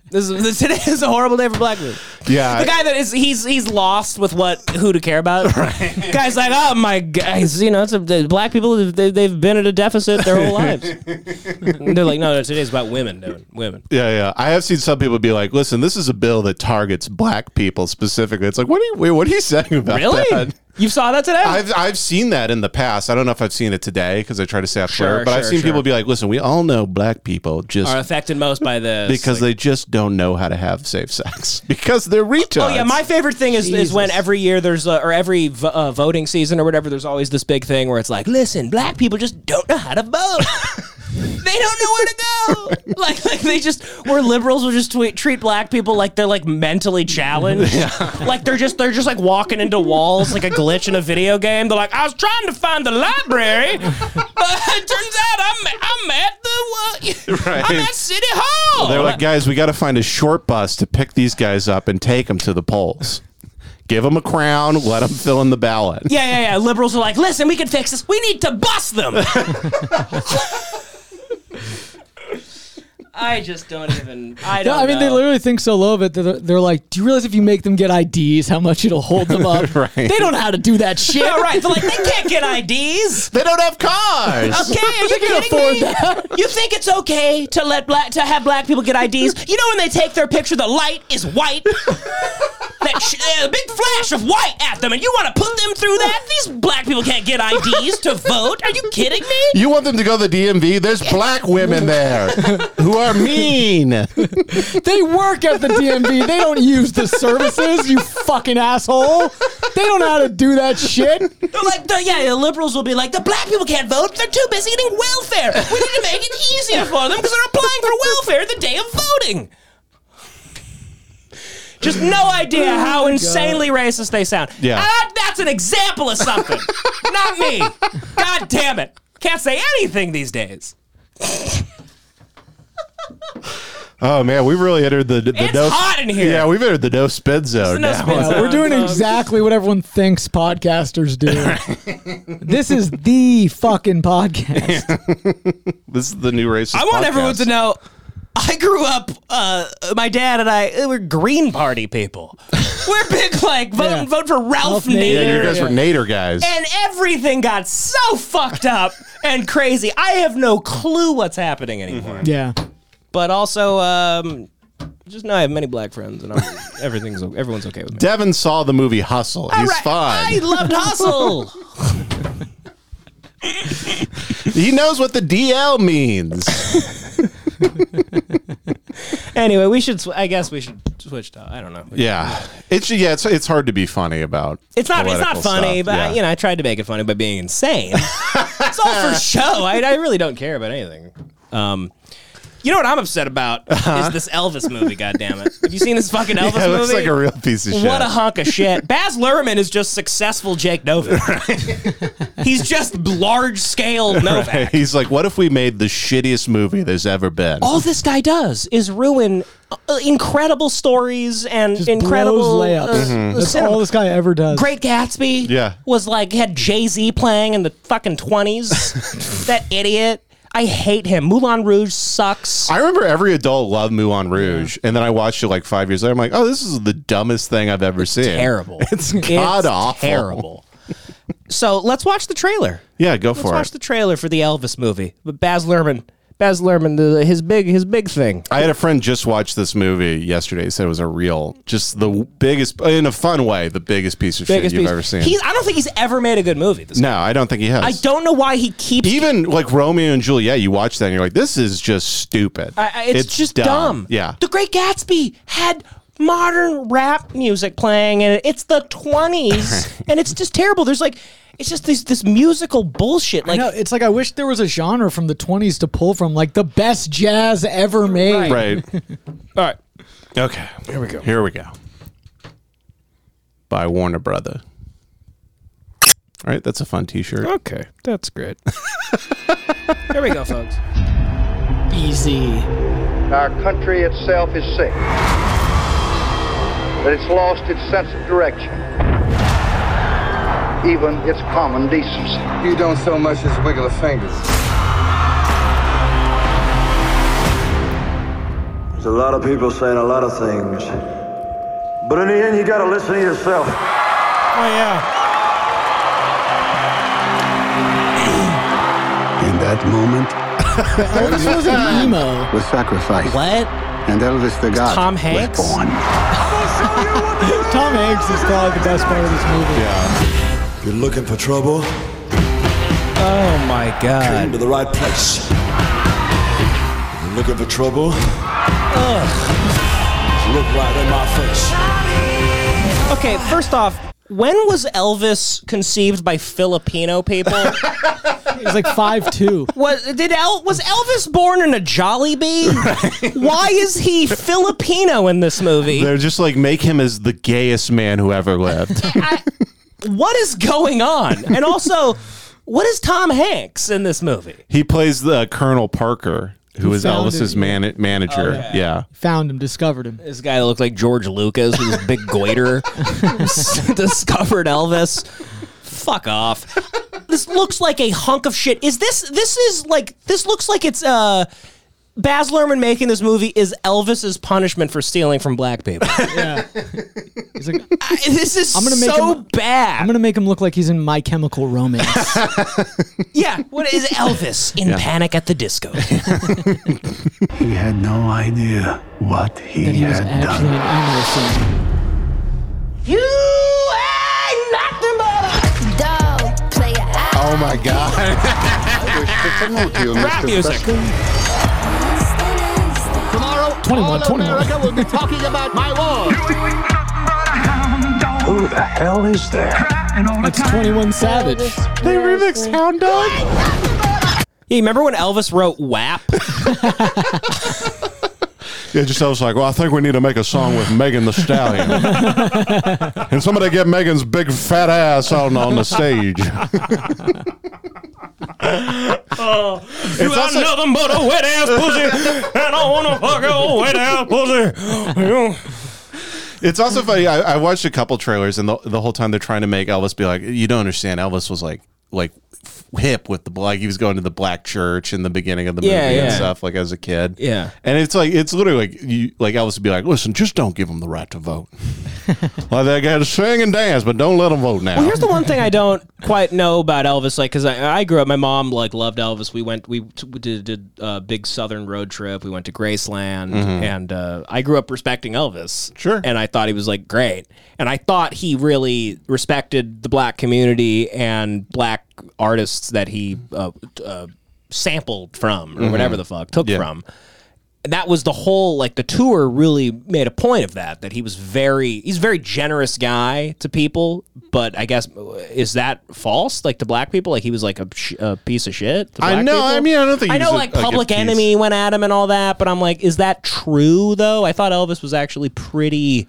This is, this, today is a horrible day for black people.
Yeah,
The guy that is he's he's lost with what who to care about. Guy's like, oh my guys, you know, it's a, the black people they, they've been at a deficit their whole lives. And they're like, no, no, today's about women, dude, women.
yeah, yeah. I have seen some people be like, "Listen, this is a bill that targets black people specifically." It's like, what are you? Wait, what are you saying about
Really?
that?
You saw that today?
I've I've seen that in the past. I don't know if I've seen it today because I try to stay off Twitter,
Sure,
but I've
sure,
seen
sure.
people be like, "Listen, we all know black people just."
Are affected most by this
because they just don't know how to have safe sex because they're
Oh
retards.
yeah, my favorite thing is, is when
Jesus.
every year there's a, or every v- uh, voting season or whatever there's always this big thing where it's like, listen, black people just don't know how to vote. they don't know where to go. like like they just where liberals will just tweet, treat black people like they're like mentally challenged. Like they're just they're just like walking into walls like a glitch in a video game. They're like, I was trying to find the library, but it turns out I'm I'm at the uh,
Right.
I'm at City Hall.
They're like, guys, we got to find a short bus to pick these guys up and take them to the polls. Give them a crown, let them fill in the ballot.
Yeah, yeah, yeah. Liberals are like, listen, we can fix this. We need to bust them. I just don't even. I
Yeah,
don't.
I mean, they
know.
literally think so low of it that they're, they're like, "Do you realize if you make them get IDs, how much it'll hold them up?
Right.
They don't know how to do that shit.
Yeah, right. They're like, they can't get IDs.
They don't have cars.
Okay, are you
can't
kidding
afford
me?
that.
You think it's okay to let black to have black people get IDs? You know when they take their picture, the light is white. that sh- a big flash of white at them, and you want to put them through that? These black people can't get IDs to vote. Are you kidding me?
You want them to go to the DMV? There's black women there who are mean.
They work at the DMV. They don't use the services. You fucking asshole. They don't know how to do that shit.
They're like, the, yeah, the liberals will be like, the black people can't vote. They're too busy eating welfare. We need to make it easier for them because they're applying for welfare the day of voting. Just no idea
Oh
how insanely racist they sound.
Yeah.
Ah, that's an example of something. Not me. God damn it. Can't say anything these days.
Oh man, we really entered the the
It's
no.
hot in here.
Yeah, we've entered the no spin zone.
no
now.
spin
Yeah, we're doing exactly what everyone thinks podcasters do. this is the fucking podcast.
This is the new racist.
I want everyone
podcast.
to know I grew up, uh, my dad and I, uh, we're Green Party people. we're big, like, vote,
Yeah.
vote for Ralph,
Ralph
Nader.
Nader.
Yeah, you guys
Yeah.
were Nader guys.
and everything got so fucked up and crazy. I have no clue what's happening anymore.
Yeah.
But also, um, just know I have many black friends, and I'm, everything's o- everyone's okay with me.
Devin saw the movie Hustle. He's
Alright, I
fine.
loved Hustle.
he knows what the DL means.
anyway, we should. Sw- I guess we should switch to. I don't know.
yeah, it's yeah, it's it's hard to be funny about.
It's not. It's not
political
funny,
stuff.
but
Yeah.
I, you know, I tried to make it funny by being insane. it's all for show. I, I really don't care about anything. Um, You know what I'm upset about is this Elvis movie. God damn it! Have you seen this fucking Elvis
Uh-huh. Yeah, it
movie?
looks like a real piece of shit.
What a hunk of shit. Baz Luhrmann is just successful Jake Novak. He's just large scale Novak.
He's like, what if we made the shittiest movie there's ever been?
All this guy does is ruin uh, incredible stories and
Just
incredible
blows layups. Mm-hmm.
uh,
Mm-hmm.
That's
cinema.
all this guy ever does.
Great Gatsby
Yeah.
was like had Jay Z playing in the fucking twenties. that idiot. I hate him. Moulin Rouge sucks.
I remember every adult loved Moulin Rouge, and then I watched it like five years later. I'm like, oh, this is the dumbest thing I've ever seen.
terrible.
It's god awful.
Terrible. so let's watch the trailer.
Yeah, go
Let's
for
watch
it.
the trailer for the Elvis movie. But Baz Luhrmann, Baz Luhrmann, the, his big his big thing.
I had a friend just watch this movie yesterday. He said it was a real, just the biggest, in a fun way, the biggest piece of shit
Biggest
you've
piece.
ever seen.
He's I don't think he's ever made a good movie. This
no, I don't think he has.
I don't know why he keeps
Even like Romeo and Juliet, you watch that and you're like, this is just stupid.
I, I- it's, just dumb.
Yeah.
The Great Gatsby had modern rap music playing, and it's the twenties, and it's just terrible. There's like, it's just this this musical bullshit. Like,
I know, it's like I wish there was a genre from the 20s to pull from, like the best jazz ever made.
Right.
all right,
Okay. Here we go. Here we go. By Warner Brother. All right, that's a fun T-shirt.
okay, that's great. There we go, folks.
Easy.
Our country itself is sick. But it's lost its sense of direction, even its common decency.
You don't so much as wiggle a finger.
There's a lot of people saying a lot of things. But in the end, you gotta listen to yourself.
oh,
In that moment
This wasn't emo.
was sacrificed,
What?
and Elvis the God
Tom Hanks?
was born.
Tom Hanks is probably the best part of this movie.
You're looking for trouble?
Oh my god.
Came to the right place. You're looking for trouble? Look right in my face.
Okay, first off. When was Elvis conceived by Filipino people?
He's like five two.
Was did El, was Elvis born in a Jolly Bee? Why is he Filipino in this movie?
They're just like make him as the gayest man who ever lived.
I, what is going on? And also, what is Tom Hanks in this movie?
he plays the Colonel Parker, who is
founded-
Elvis's man- manager. Yeah.
Found him, discovered him.
This guy that looked like George Lucas with his big goiter discovered Elvis. Fuck off. This looks like a hunk of shit. Is this this is like this looks like it's uh Baz Luhrmann making this movie is Elvis's punishment for stealing from black people.
Yeah. He's like,
I- this is
I'm gonna make
so
him-
bad.
I'm gonna make him look like he's in My Chemical Romance.
yeah, what is Elvis in Panic at the Disco?
He had no idea what he,
and he was
had
actually
done.
an emo singer.
You ain't nothing but a dog player. I
Oh my god.
Rap music.
Tomorrow,
21,
all
21.
America will be talking about my war.
Who the hell is there?
That's 21 Savage.
they remixed Hound Dog.
Yeah, you remember when Elvis wrote WAP?
Yeah, just Elvis like, well, I think we need to make a song with Megan the Stallion. and somebody get Megan's big fat ass on on the stage.
You got
also-
nothing but a wet ass pussy, and I wanna fuck a wet ass pussy.
It's also funny. I, I watched a couple trailers, and the, the whole time they're trying to make Elvis be like, you don't understand. Elvis was like, like f- hip with the black. He was going to the black church in the beginning of the movie
Yeah,
and
yeah.
stuff, like as a kid.
Yeah.
and it's like it's literally like you, like Elvis would be like, listen, just don't give him the right to vote. like they got to sing and dance, but don't let him vote now.
Well, here's the one thing I don't quite know about Elvis, like, because I, I grew up, my mom like loved Elvis. We went, we t- we did, did a big Southern road trip. We went to Graceland, and uh, I grew up respecting Elvis.
Mm-hmm. Sure.
and I thought he was like great, and I thought he really respected the black community and black artists that he uh, uh, sampled from or whatever the fuck took
Mm-hmm. Yeah.
from. And that was the whole like the tour really made a point of that that he was very he's a very generous guy to people, but I guess uh, is that false like to black people like he was like a, sh- a piece of shit. to
I
black
know,
people?
I mean, I don't think
I
he
know
was a-
like
like a
Public
piece.
Enemy went at him and all that, but I'm like, is that true though? I thought Elvis was actually pretty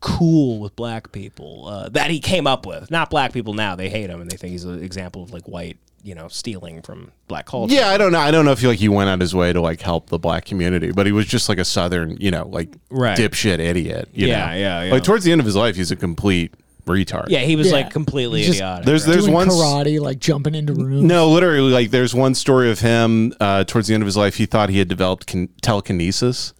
cool with black people uh, that he came up with. Not black people now; they hate him and they think he's an example of like white, you know, stealing from black culture.
Yeah, I don't know. I don't know if he, like he went out his way to like help the black community, but he was just like a southern, you know, like
Right.
dipshit idiot. you
Yeah,
know?
yeah, yeah.
Like towards the end of his life, he's a complete retard.
yeah, he was
Yeah.
like completely
Just-
idiotic.
There's there's
doing
one s-
karate, like jumping into rooms.
No, literally, like there's one story of him uh, towards the end of his life. He thought he had developed kin- telekinesis,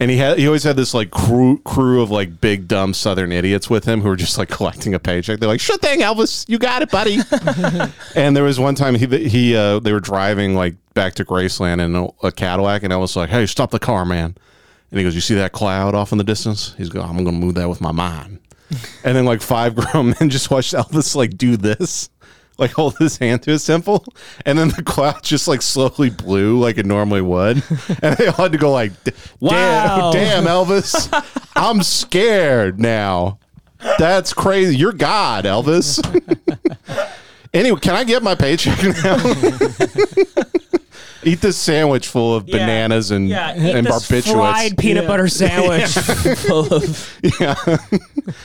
and he had he always had this like crew crew of like big dumb Southern idiots with him who were just like collecting a paycheck. They're like, "Sure thing, Elvis, you got it, buddy." and there was one time he he uh, they were driving like back to Graceland in a, a Cadillac, and Elvis was like, "Hey, stop the car, man!" And he goes, "You see that cloud off in the distance?" He's going, "I'm going to move that with my mind." And then like five grown men just watched Elvis like do this, like hold his hand to his temple, and then the cloud just like slowly blew like it normally would, and they all had to go like, "D-
Wow.
"Damn, damn Elvis, I'm scared now." That's crazy. You're God, Elvis. anyway, can I get my paycheck now? Eat this sandwich full of
Yeah.
bananas and
yeah, eat
and
this
barbiturates.
fried peanut
Yeah.
butter sandwich full of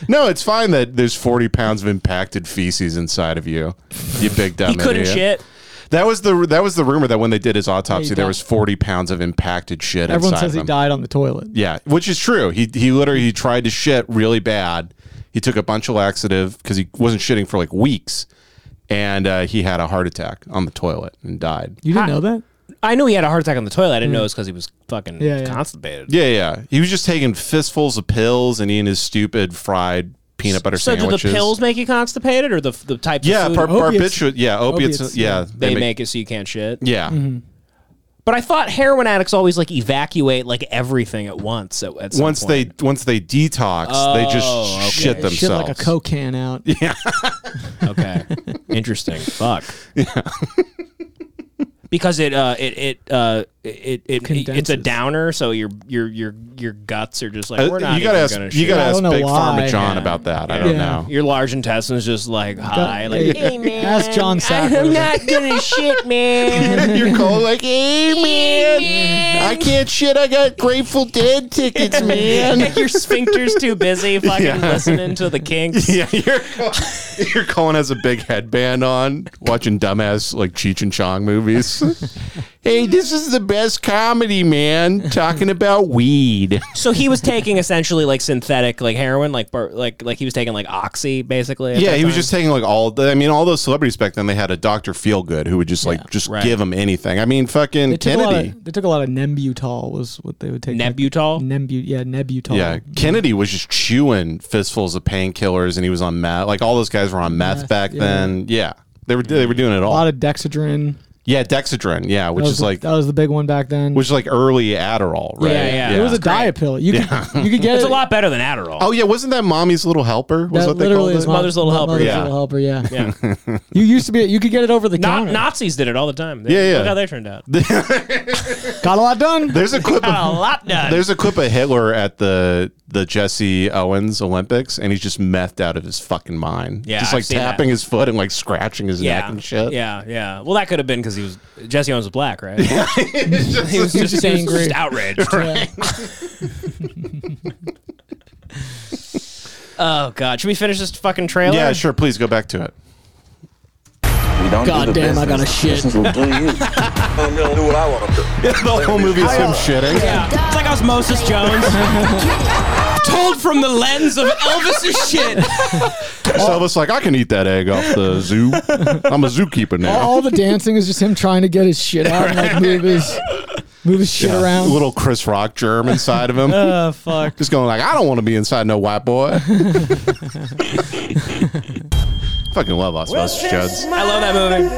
No, it's fine that there's 40 pounds of impacted feces inside of you. You big dumb
he couldn't
idiot.
shit.
That was the that was the rumor that when they did his autopsy,
Yeah, he
there
died.
was 40 pounds of impacted shit
Everyone
inside
says
of
he
him.
died on the toilet.
Yeah, which is true. He he literally he tried to shit really bad. He took a bunch of laxative because he wasn't shitting for like weeks, and uh, he had a heart attack on the toilet and died.
You didn't know that?
I knew he had a heart attack on the toilet. I didn't know it was because he was fucking
Yeah, yeah.
constipated.
Yeah, yeah. He was just taking fistfuls of pills and eating his stupid fried peanut butter
So
sandwiches.
do the pills make you constipated, or the the type?
Yeah,
of food Oh,
bar-
Opiates.
barbiturate. Yeah, opiates.
Opiates,
yeah,
yeah.
they make, it so you can't shit.
Yeah.
Mm-hmm.
But I thought heroin addicts always like evacuate like everything at once. At, at some
once
point.
they once they detox, they just shit
Yeah,
themselves.
Shit like a Coke can out.
Okay. Interesting. Fuck. Yeah. because it uh it it uh it, it, it it's a
Condenses.
downer, so your your your your guts are just like
Uh,
we're not
you
even
gotta ask.
gonna
You gotta
I
ask
don't know
Big
why.
Pharma John
Yeah.
about that. I don't
Yeah.
know.
Your large intestine's just like high. Like
Hey, ask John Sacker.
gonna shit, man.
You're cold, like, hey man, I can't shit. I got Grateful Dead tickets, man.
Like your sphincter's too busy fucking
Yeah.
listening to the kinks.
yeah, you're you're Colin has a big headband on, watching dumbass like Cheech and Chong movies. hey, this is the best comedy, man. Talking about weed.
So he was taking essentially like synthetic like heroin, like bar- like like he was taking like oxy basically. at
Yeah,
that
he was
time?
just taking like all. The, I mean, all those celebrities back then, they had a Doctor Feelgood who would just like just
right.
give them anything. I mean, fucking
They took, a lot
Kennedy.
of, they took a lot of Nembutol was what they would take.
Nebutol?
Nembu, yeah, Nebutol.
Yeah, Kennedy was just chewing fistfuls of painkillers, and he was on meth. Like all those guys were on meth
Meth,
back
yeah.
then. Yeah, they were they were doing it
A
all.
lot of Dexedrine.
yeah, Dexedrine. Yeah,
That
which
was
is
the-
like
that was the big one back then.
which is like early Adderall, right?
Yeah, yeah.
it was a
It's great.
diet pill. You could you could get
It's
it.
a lot better than Adderall.
Oh yeah, wasn't that Mommy's Little Helper? Was
That
what they called
literally
it?
is mom-
Mother's Little
mo-
Helper.
Mother's
Yeah.
little helper. Yeah.
Yeah.
you used to be. You could get it over the
Na-
counter.
Nazis did it all the time. They-
Yeah, yeah.
Look how they turned out.
Got a lot done.
There's a clip
a
of
lot done.
There's a clip of Hitler at the the Jesse Owens Olympics, and he's just methed out of his fucking mind.
Yeah,
just
I've
like
seen
tapping
that.
his foot and like scratching his
yeah.
neck and shit.
Yeah, yeah. Well, that could have been because he was Jesse Owens was black, right? he was just, he was
angry.
just outraged. oh god, should we finish this fucking trailer?
Yeah, sure. Please go back to it.
We don't
God damn, I got a shit.
will do you. I'm gonna do what I want to do.
the whole movie is him shitting.
Yeah. It's like Osmosis Jones. Told from the lens of Elvis's shit.
Elvis like I can eat that egg off the zoo. I'm a zookeeper now.
All the dancing is just him trying to get his shit out and like move his move his shit
A
around.
little Chris Rock germ inside of him.
Uh,
Oh fuck.
just going like I don't want to be inside no white boy. Fucking love Osmosis Jones.
I love that movie.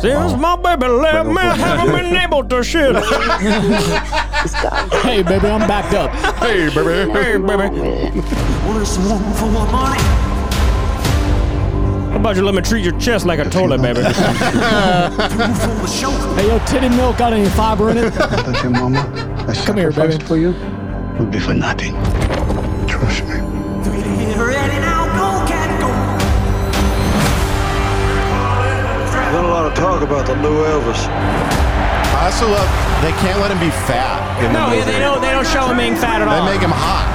Since my baby left me, I haven't been able to shit.
Hey baby, I'm backed up.
Hey baby.
Hey, baby.
What is one for one money?
about you let me treat your chest like a toilet, baby?
Hey, yo, titty milk got any fiber in it?
Don't you, Mama? A
Come here,
sacrifice
baby.
for you would be for nothing. Trust me.
Been a lot of talk about the new Elvis.
I also love they can't let him be fat. In
no,
the
yeah,
movie.
they don't. They don't show him being fat at
They
all.
make him hot.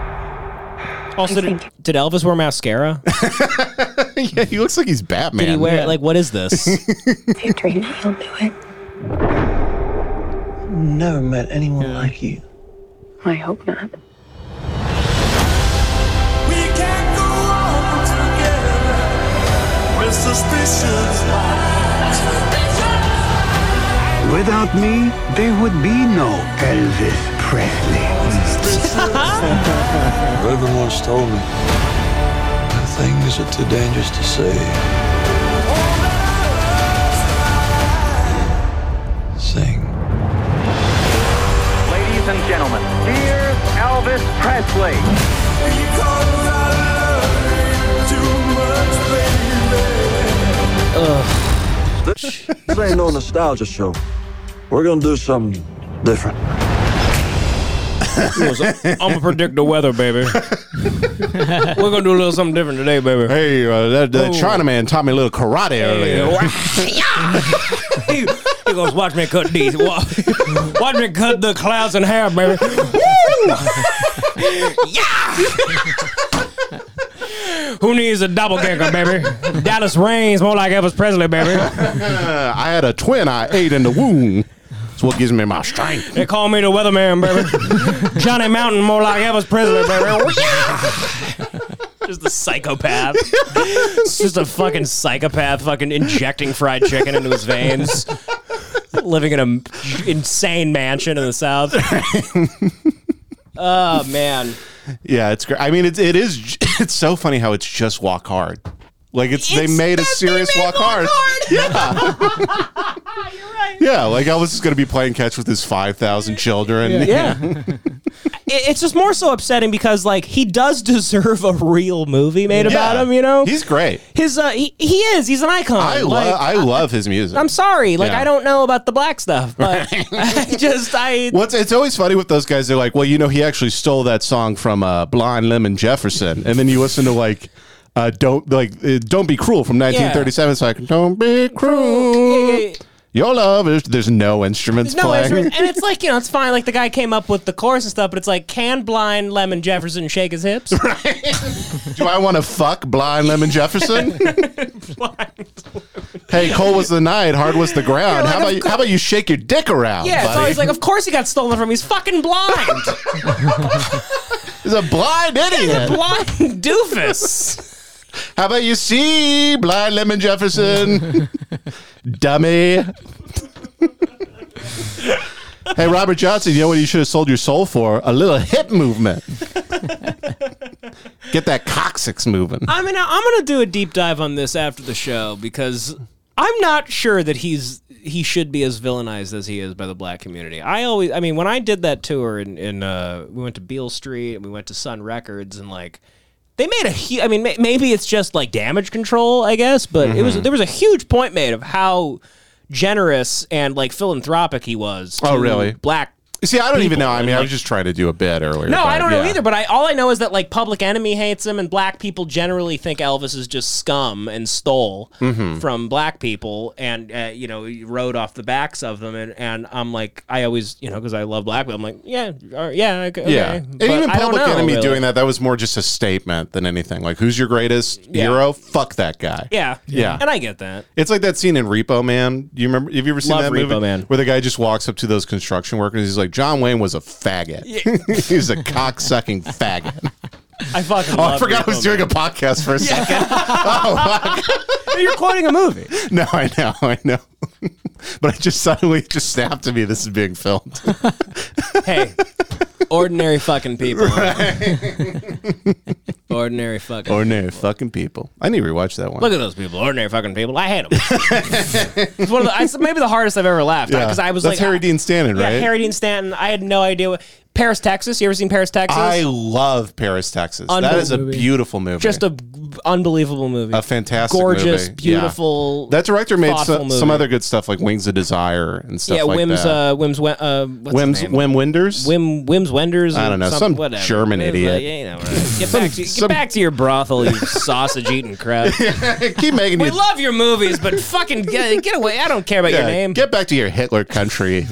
also, did, did Elvis wear mascara?
yeah, he looks like he's Batman.
Did he wear like what is this?
Victory, he'll do it.
Never met anyone like you.
I hope not.
Without me, there would be no Elvis Presley.
Reverend once told me, "The things are too dangerous to say. Sing.
Ladies and gentlemen, here's Elvis Presley.
This ain't no nostalgia show. We're gonna do something different.
I'm gonna predict the weather, baby. We're gonna do a little something different today, baby.
Hey, uh, that, that
Oh.
Chinaman taught me a little karate earlier.
he, he goes, watch me cut these. Wa- Watch me cut the clouds in half, baby. Woo! yeah! Who needs a doppelganger, baby? Dallas Reigns, more like Elvis Presley, baby.
Uh, I had a twin I ate in the womb. That's what gives me my strength.
They call me the weatherman, baby. Johnny Mountain, more like Elvis Presley, baby. just a psychopath. It's just a fucking psychopath, fucking injecting fried chicken into his veins. Living in an insane mansion in the south. oh man,
Yeah, it's great. I mean, it's it is j- it's so funny how it's just walk hard. Like it's, they
It's-
made
they
a serious
made
walk,
Walk
hard. Yeah. Yeah, like Elvis is going to be playing catch with his 5,000 children.
yeah. It- it's just more so upsetting because like he does deserve a real movie made about
Yeah.
him. You know,
He's great.
his uh, he, he is he's an icon.
I
Like,
love I love his music.
I'm sorry. Like
Yeah.
I don't know about the black stuff, but I just I
What's it's always funny with those guys. They're like, well, you know, he actually stole that song from uh, Blind Lemon Jefferson, and then you listen to like, uh, don't like, uh, don't be cruel from 1937. It's like, don't be cruel. Your love is there's no instruments
no,
playing.
it's, and it's like you know, it's fine. Like the guy came up with the chorus and stuff, but it's like, can blind Lemon Jefferson shake his hips?
Do I want to fuck Blind Lemon Jefferson? hey, cold was the night, hard was the ground.
like,
how about
of
you, how about you shake your dick around,
yeah, it's
buddy?
always like, of course he got stolen from. He's fucking blind,
He's a blind idiot.
blind doofus.
How about you see Blind Lemon Jefferson? Dummy. hey, Robert Johnson, you know what you should have sold your soul for? A little hip movement. Get that coccyx moving.
I mean, I'm gonna do a deep dive on this after the show because I'm not sure that he's he should be as villainized as he is by the black community. I always, I mean, when I did that tour in, in uh, we went to Beale Street and we went to Sun Records and like they made a huge. I mean, ma- maybe it's just like damage control, I guess, but it
Mm-hmm.
was there was a huge point made of how generous and like philanthropic he was. To
Oh, really?
Black.
See, I don't even know. I
and,
mean, I
like-
was just trying to do a bit earlier.
No,
but
I don't know
yeah.
either. But I all I know is that like Public Enemy hates him, and black people generally think Elvis is just scum and stole
Mm-hmm.
from black people, and uh, you know he rode off the backs of them. And, and I'm like, I always you know because I love black people, I'm like, yeah, all right, yeah, okay,
Yeah.
okay.
And
But
even
I don't
Public
know,
Enemy
really.
doing that, that was more just a statement than anything. Like, who's your greatest
Yeah.
hero? Fuck that guy.
Yeah,
Yeah.
and I get that.
It's like that scene in Repo Man. You remember? Have you ever seen
Love
that
Repo
movie?
Man.
Where the guy just walks up to those construction workers. He's like, "John Wayne was a faggot. He's a cock sucking faggot."
I fucking.
Oh,
love
I forgot I
Repo
was doing a podcast for a second. oh,
Man. You're quoting a movie.
fuck. no, I know, I know. but I just suddenly it just snapped to me. This is being filmed.
hey, ordinary fucking people. Ordinary fucking.
Ordinary fucking people. I need to rewatch that one.
Look at those people, ordinary fucking people. I hate them. it's one of the, it's maybe the hardest I've ever laughed
Yeah.
because I was
That's
like
Harry Dean Stanton,
Yeah,
right?
Harry Dean Stanton. I had no idea what Paris, Texas. You ever seen Paris, Texas?
I love Paris, Texas. That is a
Unbelievable movie.
beautiful movie.
Just a unbelievable movie.
a fantastic,
gorgeous,
movie. Yeah.
beautiful.
That director made
thoughtful
some,
movie.
some other good stuff like Wings of Desire and stuff
yeah,
like
Wims.
that.
Uh, Wims. Wen- Uh, what's
Wims,
his name?
Wim Wenders.
Wim Wims Wenders.
I
or
don't know,
something-
some German
It's
idiot.
like, yeah, you know, right. Get back to get
some-
back to your brothel, you sausage eating crap.
Keep making
We
you
love your movies, but fucking get, get away! I don't care about
yeah,
your name.
Get back to your Hitler country,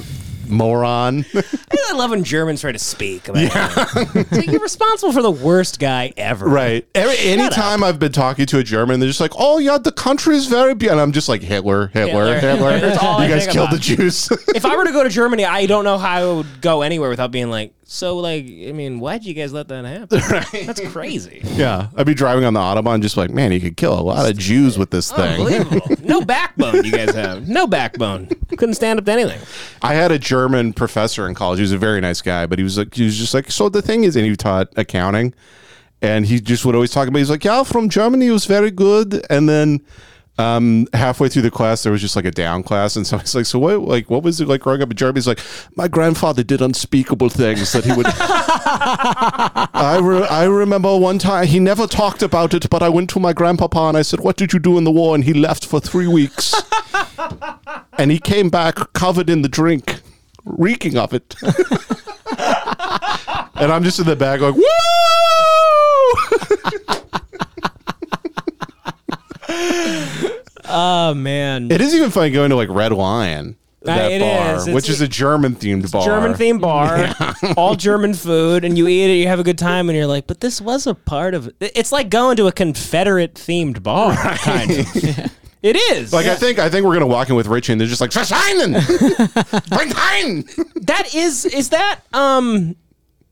moron.
I love when Germans try to speak. About it. It's like, you're responsible for the worst guy ever.
right. Every, anytime I've been talking to a German, they're just like, "Oh yeah, the country is very beautiful," and I'm just like, "Hitler,
Hitler,
Hitler, Hitler."
Hitler. That's all
you
I
guys
think
killed the
about."
Jews.
If I were to go to Germany, I don't know how I would go anywhere without being like, so like, I mean, why'd you guys let that happen? That's crazy.
yeah, I'd be driving on the autobahn, just like, man, you could kill a lot of Jews with this thing.
Unbelievable. No backbone you guys have. No backbone. Couldn't stand up to anything.
I had a German professor in college. He was a very nice guy, but he was like, he was just like, so the thing is, and he taught accounting, and he just would always talk about. He's like, yeah, from Germany, it was very good, and then. Um, halfway through the class, there was just like a down class, and somebody's like, "So what? Like, what was it like growing up in Germany?" He's like, "My grandfather did unspeakable things that he would." I re- I remember one time he never talked about it, but I went to my grandpapa and I said, "What did you do in the war?" And he left for three weeks and he came back covered in the drink, reeking of it. and I'm just in the back going, "Woo!"
Oh man.
it is even funny going to like Red Lion, that
Uh, it
bar,
is. It's-
which is a German themed bar.
German themed bar, all German food, and you eat it, you have a good time, and you're like, but this was a part of it. It's like going to a Confederate themed bar, kind of. It is.
Like I think I think we're gonna walk in with Richie and they're just like Trashinen, bring Hein.
that is is that um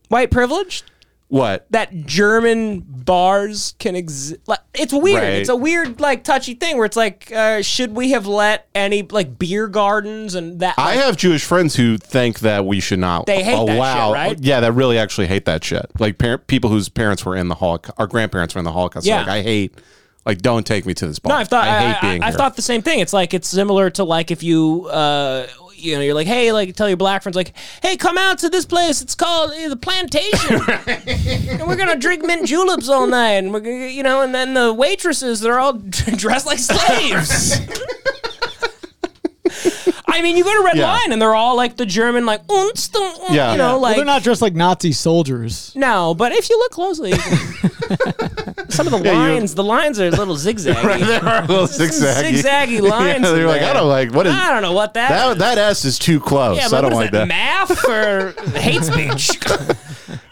white privilege?
What?
that German bars can exist. Like, it's weird.
Right.
It's a weird, like, touchy thing where it's like, uh, should we have let any like beer gardens and that?
I
like,
have Jewish friends who think that we should not
They hate that shit,
allow.
right?
Yeah, that really actually hate that shit. Like par- people whose parents were in the Holocaust, our grandparents were in the Holocaust. Yeah.
Yeah.
Like I hate. Like don't take me to this bar.
No, I've thought. I,
I hate
I-
being
I've
here.
thought the same thing. It's like it's similar to like if you, uh, you know, you're like, hey, like tell your black friends, like, hey, come out to this place. It's called uh, the Plantation, and we're gonna drink mint juleps all night, and we're gonna, you know, and then the waitresses they're all dressed like slaves. I mean, you go to Red
Yeah.
Lion and they're all like the German, like, "Uns, dun, un,"
Yeah.
you know,
Yeah.
like
Well, they're not dressed like Nazi soldiers.
no, but if you look closely, you can- some of the
you-
lines, the lines are a little zigzaggy.
there are a little zigzaggy,
zigzaggy lines
Yeah, they're
in
like, I
there.
don't like what is
I don't know what that.
that.
is.
That S is too close.
yeah,
I
but
don't
what
like
is that,
that.
math or hate speech?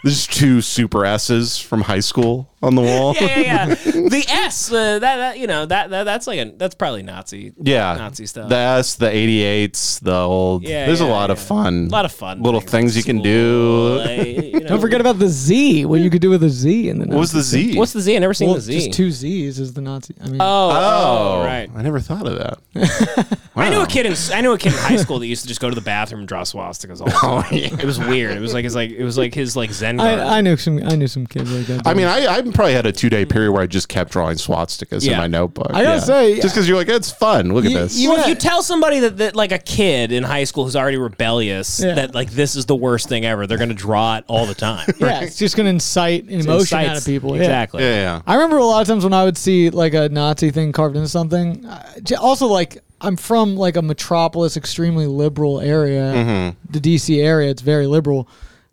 There's two super S's from high school on the wall.
yeah, yeah, yeah. The S, uh, that, that you know, that, that that's like a that's probably Nazi.
Yeah.
Nazi stuff.
The S, the 88s, the old.
Yeah,
there's a
yeah,
lot of
yeah.
fun.
a lot of fun
Little things you can do.
Don't forget about the Z. What you could do with a Z in the
What was the Z?
what's the Z? I never seen
Well,
the Z.
just two Z's is the Nazi. I mean,
Oh,
Oh,
oh, right.
I never thought of that.
I knew a kid in I knew a kid in high school that used to just go to the bathroom and draw swastikas all the
Oh,
time. It was weird. It was like his like it was like his like Zen. garden.
I, I knew some. I knew some kids like that.
I mean, I, I probably had a two day period where I just kept drawing swastikas in
Yeah.
my notebook.
I gotta say-
just because you're like, it's fun. Look
You-
at this.
you-
Well, if
Yeah.
you tell somebody that, that like a kid in high school who's already rebellious
Yeah.
that like this is the worst thing ever, they're gonna draw it all the time.
yeah, it's just gonna incite an emotion out
Incites-
of people. Yeah.
Exactly.
yeah, yeah.
I remember a lot of times when I would see like a Nazi thing carved into something. uh, j- Also, like I'm from like a metropolis, extremely liberal area,
Mm-hmm.
the DC area. It's very liberal.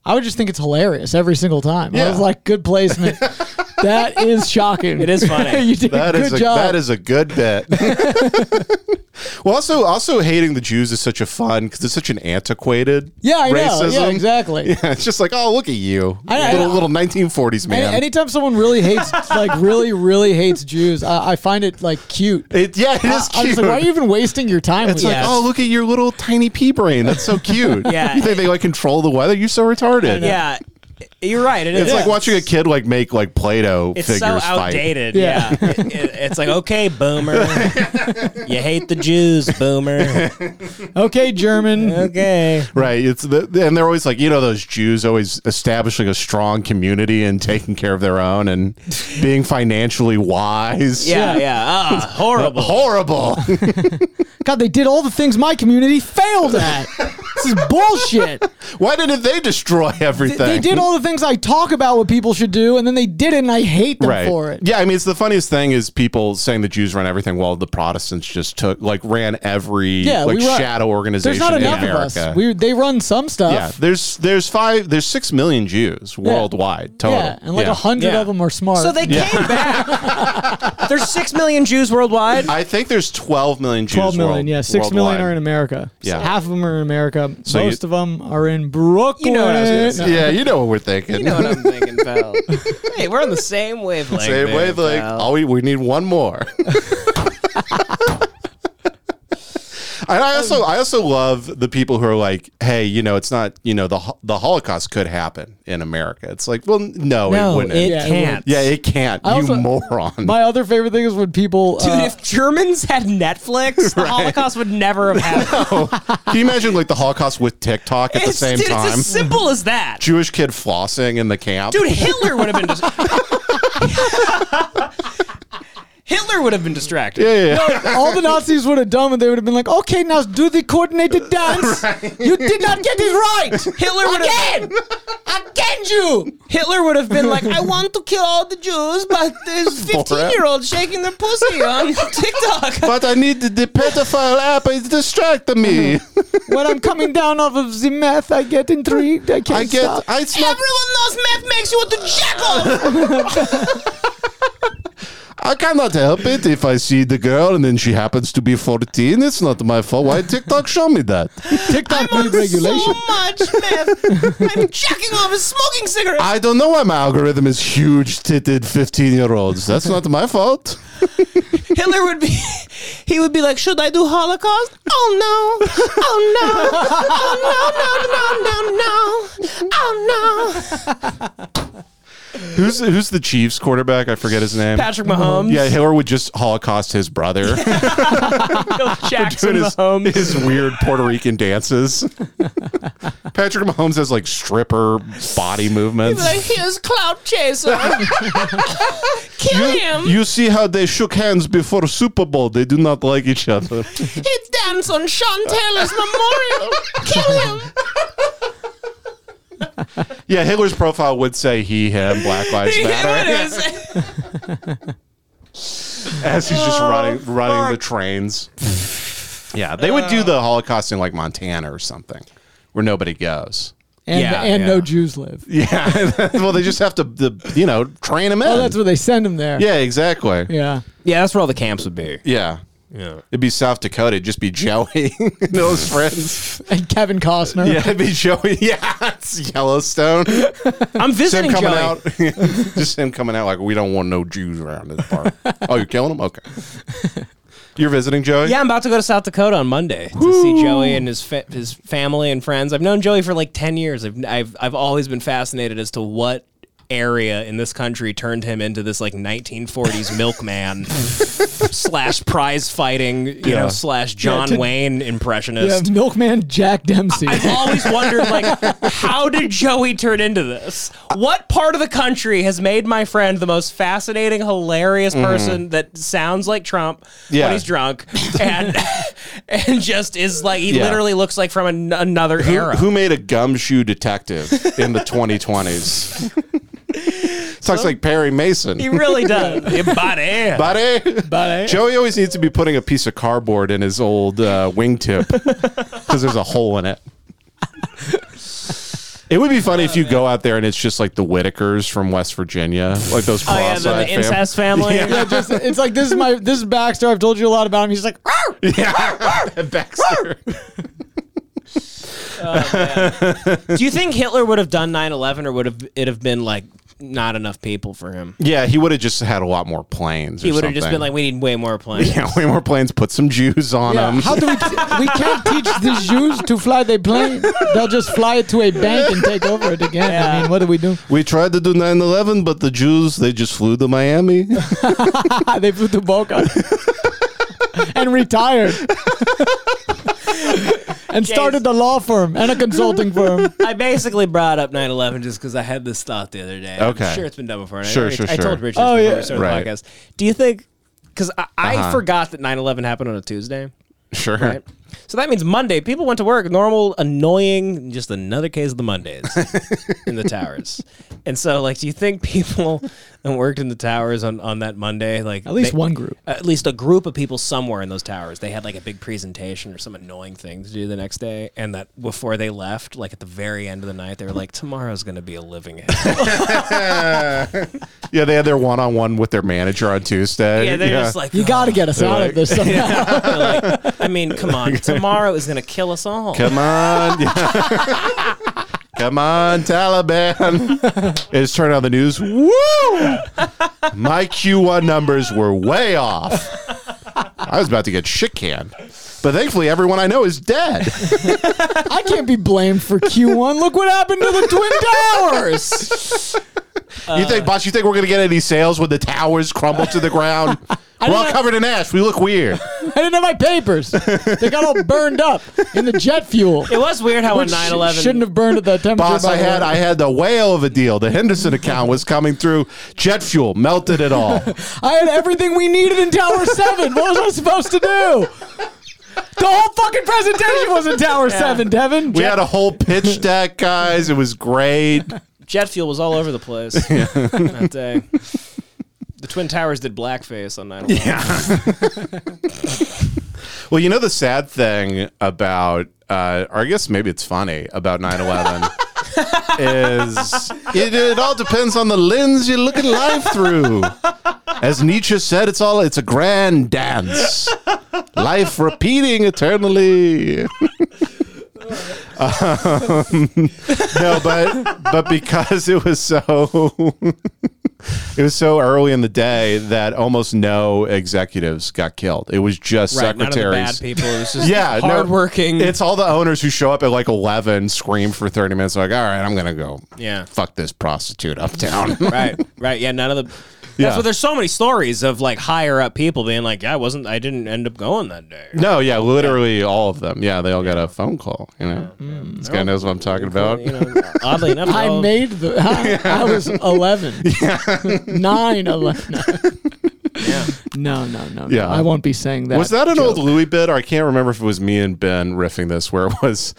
I would just think it's hilarious every single time. I
Yeah.
was like, good placement. that is shocking.
It is funny.
you did
That
a
is
good
a,
job.
that is a good bit. well, also also hating the Jews is such a fun because it's such an antiquated
yeah, I know.
racism.
Yeah, exactly.
Yeah, it's just like oh look at you,
I- I-
little little 1940s
Any,
man.
anytime someone really hates, like really, really hates Jews, I, I find it like cute.
it, yeah, it is
I, I was
cute.
like, why are you even wasting your time
it's
with
like
that?
oh look at your little tiny pea brain. That's so cute.
Yeah.
you think they like control the weather? You're so retarded.
Yeah. You're right. It is.
It's like watching a kid like make like Play-Doh
It's so
figures fight.
outdated.
Yeah.
Yeah. It- it- it's like, okay, boomer. you hate the Jews, boomer.
Okay, German.
Okay.
Right. It's the, and they're always like, you know, those Jews always establishing a strong community and taking care of their own and being financially wise.
Yeah, yeah. Ah, horrible.
Horrible.
God, they did all the things my community failed at. this is bullshit.
Why didn't they destroy everything?
They did all the things I talk about what people should do, and then they did it, and I hate them
right
for it.
Yeah, I mean, it's the funniest thing is people saying the Jews run everything while the Protestants just took like ran every
Yeah,
like
we run-
shadow organization
There's not
in
enough of
America.
us. We, they run some stuff.
yeah, there's there's five there's six million Jews worldwide total.
Yeah, and like a
Yeah.
hundred
Yeah.
of them are smart.
So they came back. There's six million Jews worldwide.
I think there's twelve million Jews.
12 million,
world-
yeah. six million
worldwide.
are in America.
Yeah.
So half of them are in America.
So
Most
you-
of them are in Brooklyn.
You know what I was gonna
No.
say.
Yeah, you know what we're thinking.
You know what I'm thinking, pal. hey, we're on the same wavelength.
Same
there,
wavelength.
pal.
All we, we need one more. And I also I also love the people who are like, hey, you know, it's not you know the ho- the Holocaust could happen in America. It's like, well, no, it
No, it,
wouldn't.
Yeah, it
can't.
yeah, it can't.
I
you
also-
moron.
My other favorite thing is when people.
Dude,
uh,
if Germans had Netflix, the Holocaust would never have happened.
Can you imagine like the Holocaust with TikTok at the
It's-
same
dude,
time?
It's as simple as that.
Jewish kid flossing in the camp.
Dude, Hitler would have been. dis- Hitler would have been distracted.
yeah, yeah.
all the Nazis would have done, and they would have been like, "Okay, now do the coordinated dance. You did not get it right.
Hitler would have
Again, again, you.
Hitler would have been like, I want to kill all the Jews, but there's 15 year olds shaking their pussy on TikTok.
But I need the, the pedophile app. It's distracting me.
Mm-hmm.
When I'm coming down off of the meth, I get intrigued. I can't
I get.
stop.
I snuck.
knows meth makes you want to jack off.
I cannot help it if I see the girl and then she happens to be 14. It's not my fault. Why TikTok show me that?
TikTok made regulation.
much meth. I'm jacking off and smoking cigarettes.
I don't know why my algorithm is huge titted 15 year olds. That's not my fault.
Hitler would be, he would be like, should I do Holocaust? Oh no, oh no, oh no, no, no, no, no, oh no.
Who's who's the Chiefs quarterback? I forget his name.
Patrick Mahomes.
Yeah, Hitler would just Holocaust his brother
Jackson
doing his, his weird Puerto Rican dances. Patrick Mahomes has like stripper body movements.
here's Cloud Chaser. Kill
You see how they shook hands before Super Bowl. They do not like each other.
He dance on Sean Taylor's memorial. Kill him.
Yeah, Hitler's profile would say he, him, Black Lives Matter, as he's just running, running the trains. Yeah, they would do the Holocaust in like Montana or something, where nobody goes.
And,
Yeah,
and
yeah.
no Jews live.
Yeah, well, they just have to, the, you know, train them in.
Oh, that's where they send them there.
yeah, exactly. Yeah.
Yeah.
Yeah, that's where all the camps would be.
yeah, It'd be South Dakota. It'd just be Joey and those friends.
And Kevin Costner.
Yeah, it'd be Joey. Yeah, it's Yellowstone.
I'm
Just
visiting
him coming
Joey.
out. just him coming out like we don't want no Jews around this park. oh, you're killing them. Okay. You're visiting Joey.
Yeah, I'm about to go to South Dakota on Monday to see Joey and his fa- his family and friends. I've known Joey for like ten years. I've, I've I've always been fascinated as to what area in this country turned him into this like 1940s milkman slash prize fighting, you
Yeah.
know, slash John
to-
Wayne
Yeah,
impressionist.
Milkman Jack Dempsey.
I've always wondered, like, how did Joey turn into this? What part of the country has made my friend the most fascinating, hilarious person that sounds like Trump
Mm-hmm. Yeah.
when he's drunk and and just is like he
Yeah.
literally looks like from an- another
Who,
era.
who made a gumshoe detective in the 2020s? Talks like Perry Mason.
he really does. Yeah, buddy.
Buddy.
Buddy.
Joey always needs to be putting a piece of cardboard in his old uh, wingtip because there's a hole in it. It would be funny
Oh,
if you go out there and it's just like the Whitakers from West Virginia, like those
Oh yeah,
cross-eyed
the, the
fam-
incest family.
yeah, just, it's like this is my this is Baxter. I've told you a lot about him. He's like, "Arr!"
Yeah, Baxter.
Do you think Hitler would have done 9-11 or would have it have been like not enough people for him.
Yeah, he would have just had a lot more planes.
He would have just been like, "We need way more planes."
yeah, way more planes. Put some Jews on
Yeah,
them.
how do we? we can't teach the Jews to fly their plane. They'll just fly it to a bank and take over it again. I mean, what do we do?
we tried to do 9-11, but the Jews they just flew to Miami.
Ah, they flew to Boca and retired and started a law firm and a consulting firm.
I basically brought up 9/11 just because I had this thought the other day.
Okay.
I'm sure it's been done before. and I
Sure,
already-
sure,
I
sure.
told Richard
Oh,
oh, before
yeah.
we started
Right. Uh-huh.
the podcast. Do you think? Because I, I forgot that 9/11 happened on a Tuesday,
sure.
right? so that means Monday. People went to work. Normal, annoying, just another case of the Mondays in the towers. And so, like, do you think people that worked in the towers on on that Monday, like
At least
they-
one group.
at least a group of people somewhere in those towers. They had like a big presentation or some annoying thing to do the next day, and that before they left, like at the very end of the night, they were like, "Tomorrow's going to be a living hell."
Yeah, they had their one-on-one with their manager on Tuesday.
yeah, they're just like,
You got to
"Oh."
get us out of this. somehow.
They're like, I mean, come on, tomorrow is going to kill us all.
Come on. Come on, Taliban. it's turned on the news. Woo! My Q1 numbers were way off. I was about to get shit canned. But thankfully, everyone I know is dead.
I can't be blamed for Q1. Look what happened to the Twin Towers.
you think, boss, you think we're going to get any sales when the towers crumble to the ground? We're all
know.
covered in ash. We look weird.
I didn't have my papers. They got all burned up in the jet fuel.
It was weird how on
Which
9/11
shouldn't have burned at that temperature.
Boss,
by
I
the
had
way.
I had the whale of a deal. The Henderson account was coming through. Jet fuel melted it all.
I had everything we needed in Tower 7. What was I supposed to do? The whole fucking presentation was in Tower 7, Devin.
We had a whole pitch deck, guys. It was great.
jet fuel was all over the place that day. The Twin Towers did blackface on 9 11.
Well, you know the sad thing about, uh, or I guess maybe it's funny about 9-11 is it, it all depends on the lens you look at life through. As Nietzsche said, it's all it's a grand dance, life repeating eternally. Um, no, but but because it was so it was so early in the day that almost no executives got killed. It was just
Right, none of the bad
secretaries.
people. It was just
Yeah, no,
hardworking.
it's all the owners who show up at like eleven, scream for thirty minutes, like, "All right, I'm gonna go,
Yeah.
fuck this prostitute uptown."
right, right. Yeah, none of the.
Yeah.
That's what there's so many stories of like higher up people being like, yeah, I wasn't, I didn't end up going that day.
No, yeah, literally all of them. Yeah, they all got a phone call. You know, this guy knows what I'm talking about.
You know, oddly enough,
I
all-
made the. I, I was 11. 9 11. No, no, no, no.
Yeah.
I won't be saying that.
was that an old
joke.
Louis bit? Or I can't remember if it was me and Ben riffing this, where it was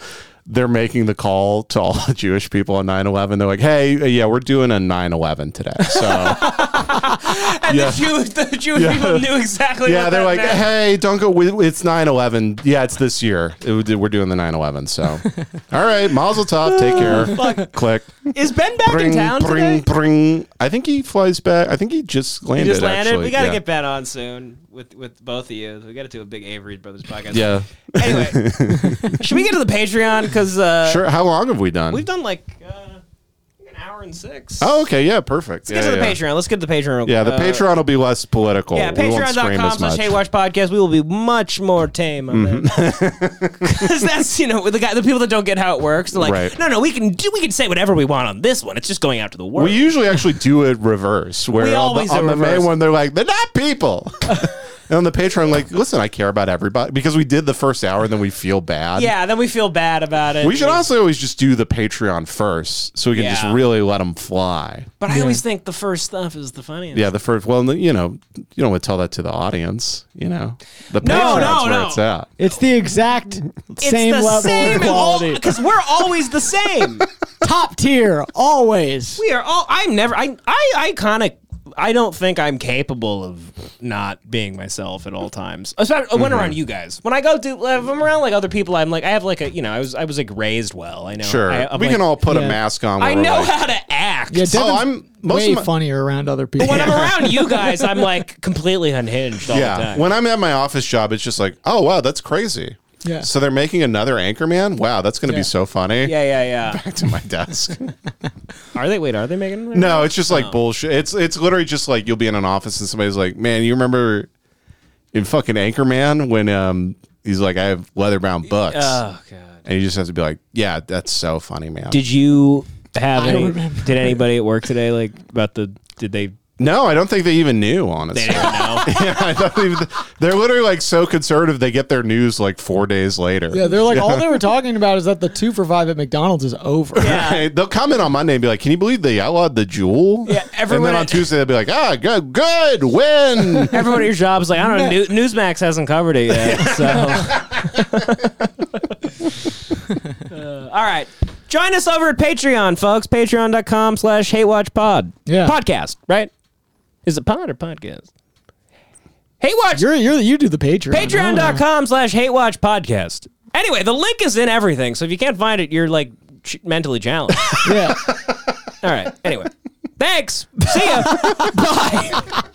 they're making the call to all the Jewish people on 9-11. They're like, "Hey, yeah, we're doing a 9-11 today." So.
and
Yeah.
the Jewish, the Jewish
Yeah.
people knew exactly.
yeah,
what
they're
that
like,
meant.
hey, don't go. we- It's 9 11. Yeah, it's this year. It would- we're doing the 9 11. So, all right, Mazel Tov. Take care. Click.
Oh, is Ben back in town
bring,
today?
bring. I think he flies back. I think he just landed.
Just landed.
Actually.
we got to
yeah.
get Ben on soon with with both of you. We got to do a big Avery Brothers podcast.
Yeah.
Anyway, should we get to the Patreon? Because uh,
Sure. How long have we done?
we've done like uh, an hour and six.
Oh, okay. Yeah,
Let's
perfect. yeah,
get to the
yeah.
Patreon. Let's get to the Patreon.
Yeah, the
Uh,
Patreon will be less political.
Yeah,
We won't scream
patreon.com
as
slash
much.
Hey Watch Podcast. We will be much more tame on Because that's, you know, with the guy, the people that don't get how it works, they're like,
Mm-hmm. Right.
no, no, we can do, we can say whatever we want on this one. It's just going out to the world.
We usually actually do it reverse, where
We
on
always
the,
do
on the main
reverse.
one they're like, they're not people. and on the Patreon, like, listen, I care about everybody because we did the first hour and then we feel bad.
yeah, then we feel bad about it.
We should also always just do the Patreon first, so we can just
Yeah.
really let them fly.
But I always think the first stuff is the funniest.
Yeah, the first. Well, you know, you don't want to tell that to the audience. You know, the
No, no,
Patreon's where
no.
it's at.
It's the exact
It's
same
the
level
same
of quality.
Because we're always the same.
Top tier, always.
Oh,
we are all, I'm never, I, I, I kind of, I don't think I'm capable of not being myself at all times. Especially
Mm-hmm.
when around you guys. When I go to, if I'm around like other people, I'm like, I have like a, you know, I was, I was like raised well. I know.
Sure,
I, I'm
we
like-
can all put a
Yeah.
mask on.
I
where we're
know
like-
how to act.
Yeah,
Oh,
Devin's
I'm most
way
of my,
funnier around other people.
When I'm around you guys, I'm like completely unhinged all the
yeah.
time.
When I'm at my office job, it's just like, oh wow, that's crazy.
Yeah.
So they're making another Anchorman. Wow, that's going to
Yeah.
be so funny.
Yeah, yeah, yeah.
Back to my desk.
Are they? Wait, are they making? it?
No, it's just like bullshit. It's it's literally just like you'll be in an office and somebody's like, "Man, you remember in fucking Anchorman when um he's like, I have leather bound books,"
Oh god.
and you just have to be like, "Yeah, that's so funny, man."
Did you have
I
any?
remember.
Did anybody at work today like about the? Did they?
no, I don't think they even knew. Honestly,
They didn't know.
yeah, I don't even, they're literally like so conservative. They get their news like four days later.
Yeah, they're like all they were talking about is that the two for five at McDonald's is over.
Right. They'll come in on Monday and be like, "Can you believe they outlawed the jewel?"
Yeah,
And
everyone-
then on Tuesday they'll be like, "Ah, good, good, win."
Everyone at your job's like, I don't know. New- Newsmax hasn't covered it yet. So, Uh, all right, join us over at Patreon, folks. Patreon.com/slash HateWatchPod.
Yeah.
podcast, right? Is it pod or podcast? Hate Watch
You're, you're you do the Patreon.
Patreon.com slash Hate Watch Podcast. Anyway, the link is in everything. So if you can't find it, you're like ch- mentally challenged.
Yeah.
All right. Anyway, thanks. See ya. Bye.